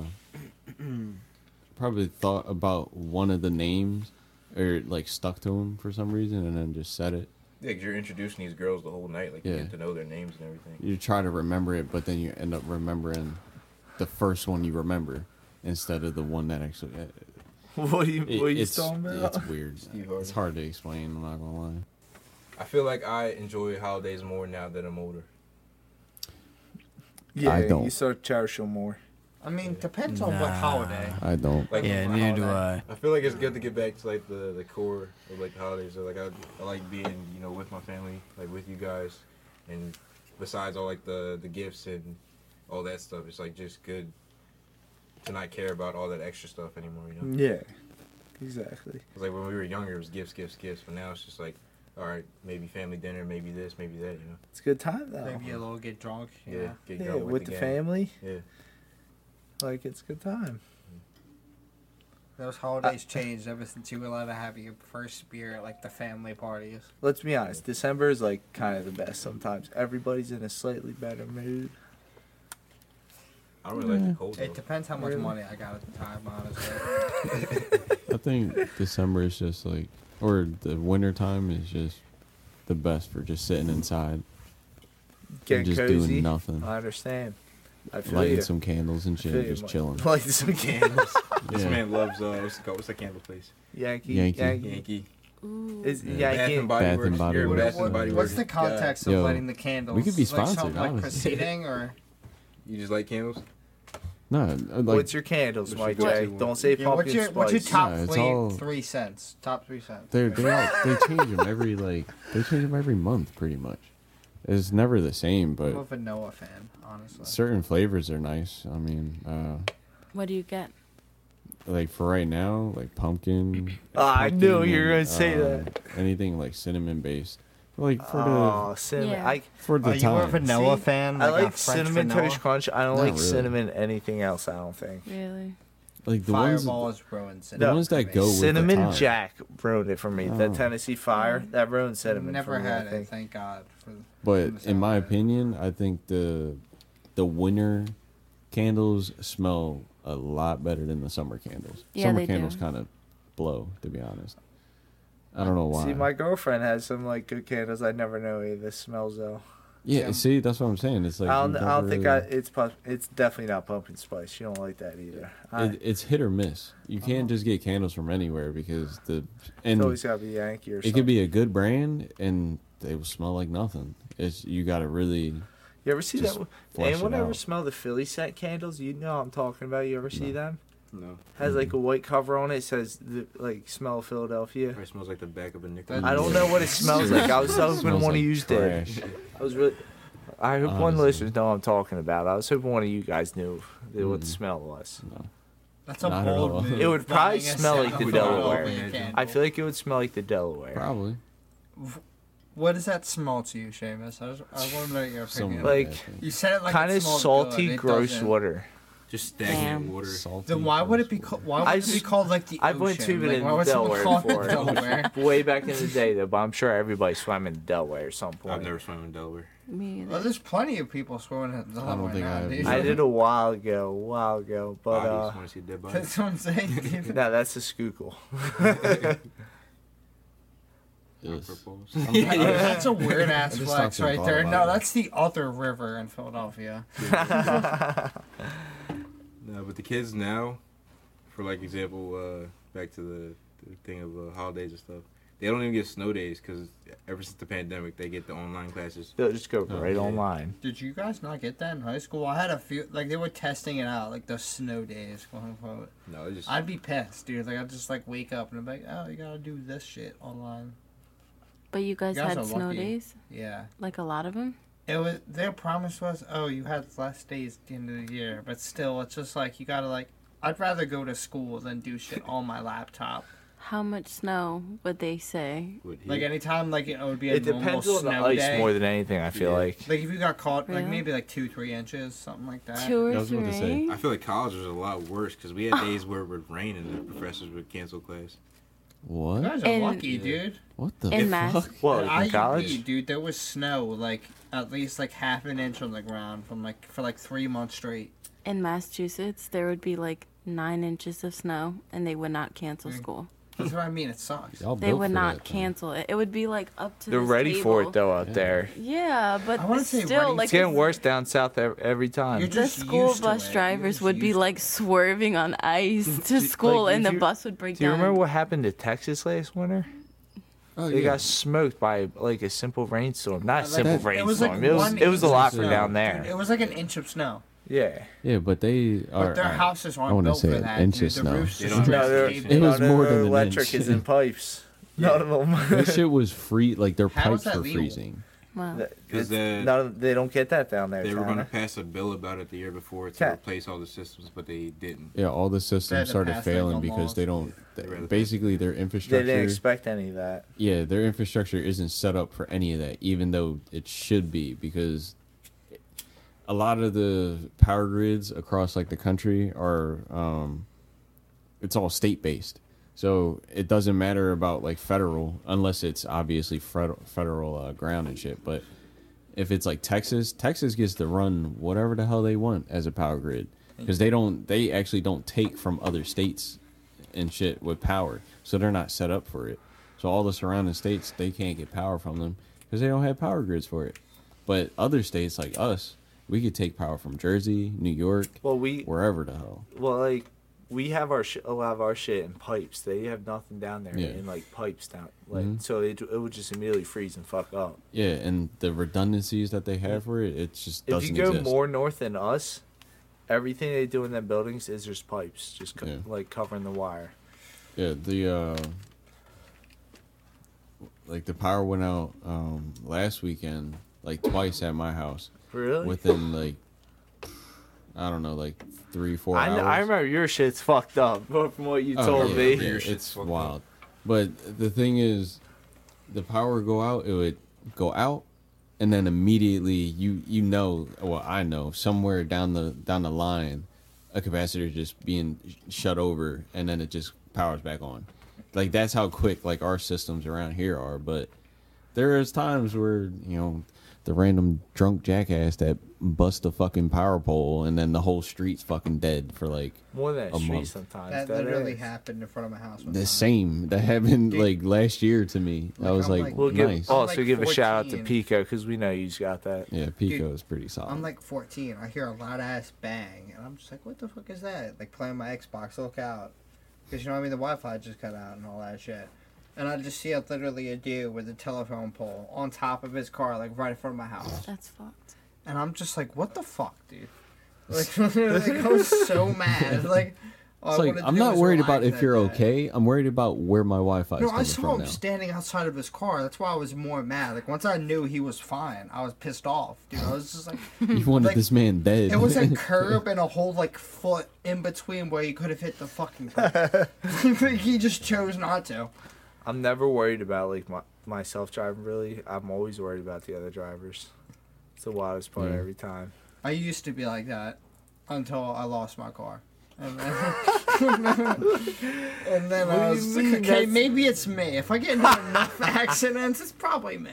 C: probably thought about one of the names or like stuck to him for some reason and then just said it.
A: Yeah, you you're introducing these girls the whole night. Like you
C: Yeah.
A: get to know their names and everything.
C: You try to remember it but then you end up remembering the first one you remember instead of the one that actually. uh,
D: [LAUGHS] What are you,
C: it-
D: what are you
C: it's,
D: talking about?
C: it's
D: [LAUGHS]
C: weird.
A: Steve Harvey.
C: It's hard to explain. I'm not gonna lie.
A: I feel like I enjoy holidays more now that I'm older.
D: Yeah,
C: I don't.
D: You start to cherish them more.
B: I mean, depends on what
F: Nah.
B: holiday.
C: I don't.
A: Like
F: Yeah, neither do I.
A: I feel like it's good to get back to like the, the core of like the holidays. So, like I, I like being you know with my family, like with you guys, and besides all like the the gifts and all that stuff, it's like just good to not care about all that extra stuff anymore. You know,
D: Yeah, exactly.
A: 'Cause, like when we were younger, it was gifts, gifts, gifts, but now it's just like all right, maybe family dinner, maybe this, maybe that. You know,
D: It's a good time though.
B: Maybe a little get drunk.
A: yeah,
B: Yeah.
A: get
D: yeah,
A: drunk
D: with, the,
A: gang.
D: family,
A: Yeah,
D: like it's a good time.
B: Those holidays
D: Uh,
B: changed ever since you were allowed to have your first beer at like the family parties.
D: Let's be honest. December is like kind of the best sometimes. Everybody's in a slightly better mood.
A: I don't really like the cold.
B: It
A: Though.
B: depends how much
D: Really?
B: money I got at the time, honestly.
C: I think December is just like, or the winter time is just the best for just sitting inside
D: Get
C: and just
D: cozy.
C: doing nothing,
D: I understand. I feel
C: lighting
D: you.
C: some candles and
D: I
C: shit,
D: feel you,
C: just
D: Mike. [LAUGHS]
C: chilling.
D: Light
C: [LAUGHS]
D: some candles.
A: This
C: Yeah.
A: man loves uh, what's the, called- what's the candle place?
D: Yankee, Yankee.
C: Yankee.
A: Yankee.
E: Ooh.
D: Is
C: Yeah.
A: Bath
D: Yankee?
A: and Body
C: Bath and
A: Works.
C: Body
A: You're a
C: Works.
A: Bath and
B: What-
A: Body
B: what's
A: Works
B: the context
C: Yo,
B: of lighting the candles?
C: we could be
B: Like,
C: sponsored,
B: something like
C: honestly.
B: proceeding or
A: guy. You just like candles?
C: No, I like
D: What's your candles,
A: What
D: Mike
A: you
D: J?
A: got?
D: Don't say
B: Yeah,
D: pumpkin
B: what's your
D: spice.
B: what's your top
C: Yeah, it's
B: three
C: all-
B: three cents? Top three cents.
C: [LAUGHS] They're they all, they change them every like they change them every month pretty much. It's never the same,
B: I'm a
C: but
B: vanilla fan, honestly.
C: certain flavors are nice. I mean, uh,
E: What do you get?
C: like for right now, like pumpkin.
D: [CLEARS THROAT] Ah, I knew
C: pumpkin
D: you were
C: and, uh,
D: gonna say that.
C: Anything like cinnamon based, like for Mm,
D: Oh, cinnamon.
E: Yeah.
D: I,
C: the for the
B: Are you
C: time.
B: a vanilla
D: See,
B: fan?
D: I
B: a
D: like
B: French
D: cinnamon
B: vanilla?
D: toast crunch. I don't
C: Not
D: like
C: really.
D: cinnamon anything else. I don't think.
E: Really?
C: like the ones.
B: Fireball is ruined
C: The
B: cinnamon.
C: ones that
B: for me.
C: go with the
D: cinnamon
C: time.
D: Jack ruined it for me. That
C: Oh.
D: Tennessee Fire that ruined cinnamon.
B: Never
D: for me,
B: had
D: I
B: it.
D: think.
B: Thank God. For the-
C: But in my
B: Sound good.
C: opinion, I think the the winter candles smell a lot better than the summer candles.
E: Yeah,
C: summer
E: they do.
C: candles kind of blow, to be honest. I don't know why.
D: See, my girlfriend has some like good candles. I never know either. This smells though.
C: yeah,
B: Tim.
C: see, that's what I'm saying. It's like
D: I don't.
C: you
D: I don't
C: never
D: think I.
C: really-
D: It's pump, It's definitely not pumpkin spice. She don't like that either. I, Oh.
C: It, it's hit or miss. You can't just get candles from anywhere because the
D: it's
C: and
D: always gotta be Yankee or
C: it
D: something.
C: could be a good brand and they will smell like nothing. It's you got to really.
D: You ever see
C: just
D: that?
C: flush
D: Anyone
C: it
D: ever
C: out.
D: smell the Philly scent candles? You know what I'm talking about. You ever see them?
A: No.
D: Has like a white cover on it. Says the, like smell of Philadelphia.
A: It smells like the back of a nickel.
D: I don't know what
A: [LAUGHS]
D: it smells like. I was hoping
C: smells
D: one
C: like
D: of you did.
C: trash.
D: I was really. I hope one
C: Honestly.
D: listeners know what I'm talking about. I was hoping one of you guys knew
C: Mm.
D: what the smell was.
B: That's a
C: Not at all.
B: bold move.
D: It would probably
B: Lighting a
D: smell like
B: cinnamon
D: the
B: Philadelphia
A: Delaware.
B: candle.
D: I feel like it would smell like the Delaware.
C: Probably.
B: What does that smell to you, Seamus? I, was, I want to know your opinion.
C: Somewhere.
D: Like,
C: I think.
B: you said it like
D: kind
B: it
D: of
B: smelled
D: salty,
B: good. It
D: gross
B: doesn't.
D: water.
G: Just stagnant
E: Damn.
G: water.
C: Salty
B: Then why would it be?
C: gross
B: Called, why would
D: I
B: it be
D: just-
B: called like the?
D: I went
B: ocean?
D: tubing
B: like, why
D: in
B: would
D: Delaware
B: someone call it
D: before. [LAUGHS]
B: Delaware?
D: Way back in the day, though, but I'm sure everybody swam in the Delaware at some point.
G: I've never swam in Delaware.
E: Me
B: well,
E: either.
B: there's plenty of people swimming in Delaware
C: think I
B: now,
C: have
B: dude.
C: either.
D: I
B: [LAUGHS]
D: did a while ago, a while ago, but uh,
G: Bodies, wanna see dead bodies.
B: That's what I'm
D: [LAUGHS]
B: saying. dude.
D: no, that's a skookle.
G: [LAUGHS]
C: Yes.
A: [LAUGHS]
D: [LAUGHS]
G: Purples.
B: Oh, that's a weird
C: [LAUGHS]
B: ass
C: I just talked
B: flex
C: to
B: right
C: Bob
B: there.
C: about
B: No,
C: it.
B: that's the other river in Philadelphia.
A: No, but the kids now, for like example, uh, back to the, the thing of uh, holidays and stuff, they don't even get snow days because ever since the pandemic, they get the online classes.
D: [LAUGHS] They'll just go
G: Oh,
D: right
A: yeah.
D: online.
B: Did you guys not get that in high school? I had a few, like they were testing it out, like the snow days, quote unquote.
A: No, it's just [LAUGHS]
B: I'd be pissed, dude. Like I'd just like wake up and I'm like, oh, you gotta do this shit online.
E: But you guys,
B: You guys are
E: had snow
B: lucky.
E: days?
B: Yeah,
E: Like a lot of them?
B: it was. Their promise was, oh, you had less days at the end of the year, but still, it's just like you gotta like. I'd rather go to school than do shit on my laptop.
D: [LAUGHS]
E: How much snow would they say?
G: Would he-
B: Like anytime, like it would be a
D: It
B: normal
D: depends on the
B: snow
D: ice
B: day.
D: more than anything. I feel
G: Yeah.
D: like
B: [LAUGHS] Like if you got caught, like
E: Really?
B: maybe like two, three inches, something like that.
E: Two
C: I
E: or
C: was about to say,
E: three?
A: I feel like college was a lot worse because we had days where it would rain and the professors would cancel class.
B: You
C: What?
B: guys are
E: In-
B: lucky,
A: Yeah.
B: dude.
C: [LAUGHS] What the
E: In
C: fuck?
E: math.
D: well,
B: At
D: in
B: IUP,
D: college.
B: dude, there was snow like at least like half an inch on the ground from like for like three months straight.
E: In Massachusetts, there would be like nine inches of snow and they would not cancel
B: Mm.
E: school.
B: That's what I mean. It sucks.
C: Y'all
E: They
C: built
E: would
C: for
E: not
C: that, though.
E: cancel it. It would be like up to.
D: They're
E: this
D: ready for it
E: table.
D: though out there.
E: Yeah, but
B: I wanna say ready
E: still, like
D: It's getting
E: the-
D: worse down south ev- every
B: You're
D: time.
E: The
B: just
E: school
B: used to it.
E: bus
B: You're
E: drivers
B: just
E: would be
B: used to
E: like
B: it.
E: swerving on
D: [LAUGHS]
E: ice
D: Do-
E: to school,
D: like,
E: and
D: if
E: the
D: you-
E: bus would break
D: Do you
E: down.
D: remember what happened to Texas last winter?
C: Oh,
D: They
C: yeah.
D: got smoked by like a simple rainstorm. Not a
B: Like,
D: simple
C: that-
B: it was,
D: rainstorm.
B: like,
D: It was,
B: one
D: it was a
B: inch
D: lot
B: of
D: for
C: snow.
D: down
B: Dude, it
D: there.
B: was like an inch of snow.
D: Yeah.
C: yeah, but they are.
B: But their houses
C: I
B: aren't
C: wanna
B: built
C: say
B: for
C: an
B: that.
C: inch
B: dude.
C: of
B: the
C: snow.
B: roofs
G: They
B: just
G: don't
B: dressed
G: have
D: they're-
G: It
B: caved in.
C: was
D: no,
C: more
D: their
C: than an
D: electric
C: inch.
D: is in
C: [LAUGHS]
D: pipes. None of [LAUGHS] them.
C: that shit was free. Like their
B: [LAUGHS] How is
C: pipes
B: that
C: were
B: legal?
C: freezing.
E: Wow.
D: It's-
G: Because the-
D: none of- they don't get that down there.
G: They were going to
D: Tanner.
G: pass a bill about it the year before to
D: Cat.
G: replace all the systems, but they didn't.
C: Yeah, all the systems
B: to
C: started
B: pass, like,
C: failing
B: the
C: because
B: laws.
C: they don't.
G: rather-
C: Basically, their
D: They
C: infrastructure.
D: didn't expect any of that.
C: yeah, their infrastructure isn't set up for any of that, even though it should be, because a lot of the power grids across like the country are, um, it's all state based. So it doesn't matter about like federal, unless it's obviously federal, federal uh, ground and shit. But if it's like Texas, Texas gets to run whatever the hell they want as a power grid because they don't, they actually don't take from other states and shit with power. So they're not set up for it. So all the surrounding states, they can't get power from them because they don't have power grids for it. But other states like us, we could take power from Jersey, New York,
D: Well, we
C: wherever the hell.
D: well like we have our sh- a lot of our shit in pipes. They have nothing down there
C: Yeah. Mm-hmm.
D: in like pipes down. Like so, it it would just immediately freeze and fuck up.
C: Yeah, and the redundancies that they have for it, it just
D: If
C: doesn't
D: you go
C: exist.
D: more north than us, everything they do in them buildings is just pipes, just co-
C: Yeah.
D: like covering the wire.
C: Yeah, the uh like the power went out um last weekend like twice at my house
D: Really?
C: within like I don't know like 3 4
D: I,
C: hours.
D: kn- I remember your shit's fucked up [LAUGHS] but from what you
C: Oh,
D: told
C: yeah,
D: me.
C: yeah,
G: Your shit's
C: it's
G: fucked up.
C: wild. But the thing is the power go out, it would go out and then immediately you you know well I know somewhere down the down the line a capacitor just being sh- shut over and then it just powers back on. Like that's how quick like our systems around here are, but there is times where, you know, the random drunk jackass that busts a fucking power pole and then the whole street's fucking dead for like
D: More than
C: A
D: a street
C: month.
D: sometimes.
B: That
D: that
B: literally
D: is.
B: happened in front of my house. one
C: the
B: time.
C: same that happened like last year to me. I
B: Like,
C: was
B: I'm
C: like,
B: like-
D: We'll give
C: nice.
D: also
B: I'm like
D: give a shout out to
B: 14.
D: Pico because we know you got that.
C: yeah, Pico is pretty solid.
B: I'm like 14. I hear a loud ass bang, and I'm just like, "What the fuck is that?" Like playing my Xbox. Look out, because you know what I mean. The Wi-Fi just cut out and all that shit. And I just see a, literally a dude with a telephone pole on top of his car, like right in front of my house.
E: That's fucked.
B: And I'm just like, "What the fuck,
C: [LAUGHS]
B: dude?" Like, [LAUGHS] like I was so mad. Like, all
C: it's
B: I
C: like
B: wanted to
C: I'm
B: do
C: not
B: was
C: worried about
B: relax
C: if
B: that
C: you're
B: day.
C: okay. I'm worried about where my Wi-Fi
B: No,
C: is
B: I
C: coming
B: saw
C: from
B: him
C: now.
B: standing outside of his car. That's why I was more mad. Like once I knew he was fine, I was pissed off, dude. I
C: [LAUGHS]
B: was just like,
C: you wanted
B: like,
C: this man dead.
B: It was a curb and a whole like foot in between where you could have hit the fucking curb. [LAUGHS] he just chose not to.
D: I'm never worried about like my, myself driving really. I'm always worried about the other drivers. It's the wildest part
C: Yeah.
D: every time.
B: I used to be like that until I lost my car. And then, [LAUGHS] and then
D: What do
B: I
D: you
B: was like,
D: mean
B: okay,
D: that's-
B: maybe it's me. If I get into
D: [LAUGHS]
B: enough accidents, it's probably me.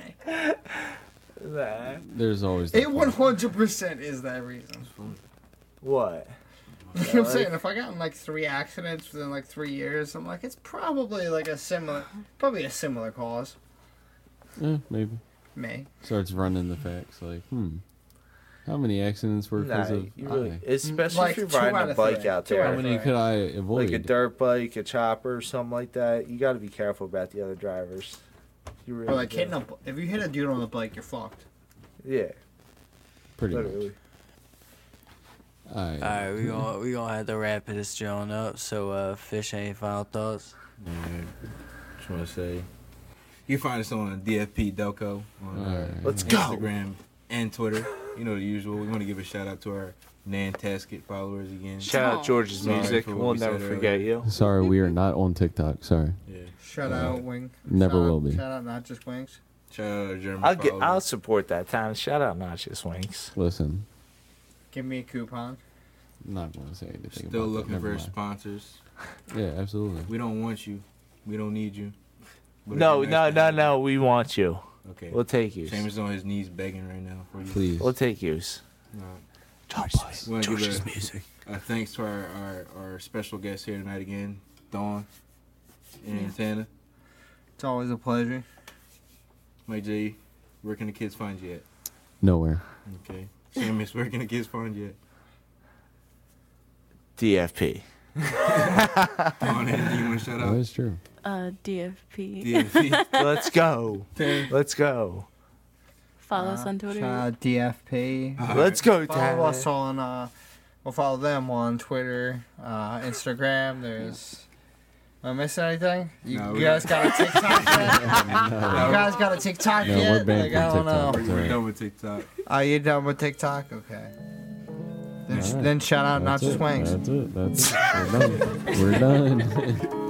D: That
C: [LAUGHS] There's always that
B: It
C: part.
B: 100% is that reason.
D: what?
B: [LAUGHS] You know what I'm saying? If I got in like three accidents within like three years, I'm like, it's probably like a similar, probably a similar cause.
C: Yeah, Eh, maybe
B: Me.
C: starts running the facts like, hmm, how many accidents were
D: Nah,
C: because of
D: you really,
C: I?
D: especially
B: Like,
D: if you're
B: two out
D: riding a
B: of
D: bike
B: three.
D: out
B: Two
D: there,
B: out
C: how
B: of
C: many
B: right.
C: could I avoid?
D: like a dirt bike, a chopper, something like that. You got to be careful about the other drivers. You really
B: Or like
D: do.
B: hitting a, if you hit a dude on the bike, you're fucked.
D: yeah,
C: Pretty much.
D: literally.
C: All right.
F: All right, we gonna we gonna have to wrap this joint up. So, uh, fish any final thoughts?
G: Just want to say, you can find us on DFP Delco on uh,
C: Alright.
D: Let's go.
G: Instagram and Twitter. You know the usual. We want to give a shout out to our Nantasket followers again.
D: Shout out George's
G: Sorry
D: music.
G: for what
D: We'll
G: we
D: never
G: said earlier.
D: forget you.
C: Sorry, we are not on TikTok. Sorry.
G: yeah.
B: Shout out Wing.
C: never
B: Shout
C: will
B: out-
C: be.
B: Shout out not just Wings.
G: Shout out our German
D: I'll get. I'll
G: followers.
D: support that time. Shout out Notches Winks.
C: Listen,
B: Give me a coupon.
C: not gonna say anything. about
G: Still
C: that.
G: looking
C: Never
G: for
C: mind.
G: sponsors.
C: Yeah, absolutely.
G: We don't want you. We don't need you. But it'd be
D: No,
G: nice
D: no,
G: to
D: no,
G: have you.
D: no. We want you.
G: Okay.
D: We'll take you.
G: Seamus is on his knees begging right now for you.
C: Please.
D: We'll take yous.
G: No.
F: George's,
G: Wanna give
F: George's
G: a-
F: music.
G: Uh, thanks to our, our, our special guest here tonight again, Dawn.
A: and Tana,
B: It's always a pleasure.
A: Mike J. Where can the kids find you at?
C: Nowhere.
A: Okay. Seamus, where can the kids find you
D: DFP.
A: at? Dawn, anything you want to shout
C: Oh,
A: [LAUGHS] out?
C: that's true.
E: Uh, DFP.
A: DFP.
D: Let's go.
A: Tana.
G: [LAUGHS]
D: Let's go.
E: [LAUGHS] Follow
D: Ah,
E: us on Twitter.
B: Shout out DFP.
A: All
D: Let's go,
B: Follow
D: Tyler.
B: us on. Uh, we'll follow them on Twitter, uh, Instagram. There's. Am I missing anything? You,
A: No,
B: you
A: we-
B: guys got
C: [LAUGHS]
B: a TikTok yet? You
C: No,
B: [LAUGHS] guys got a TikTok
C: No,
B: yet?
C: we're banned
B: I
C: from TikTok.
B: don't know.
A: right, We're done with TikTok.
B: Are you done with TikTok? Okay. Then,
C: All right.
B: then shout out
C: That's
B: Not Just
C: it. That's
B: Wanks.
C: it. That's it. We're done. We're done.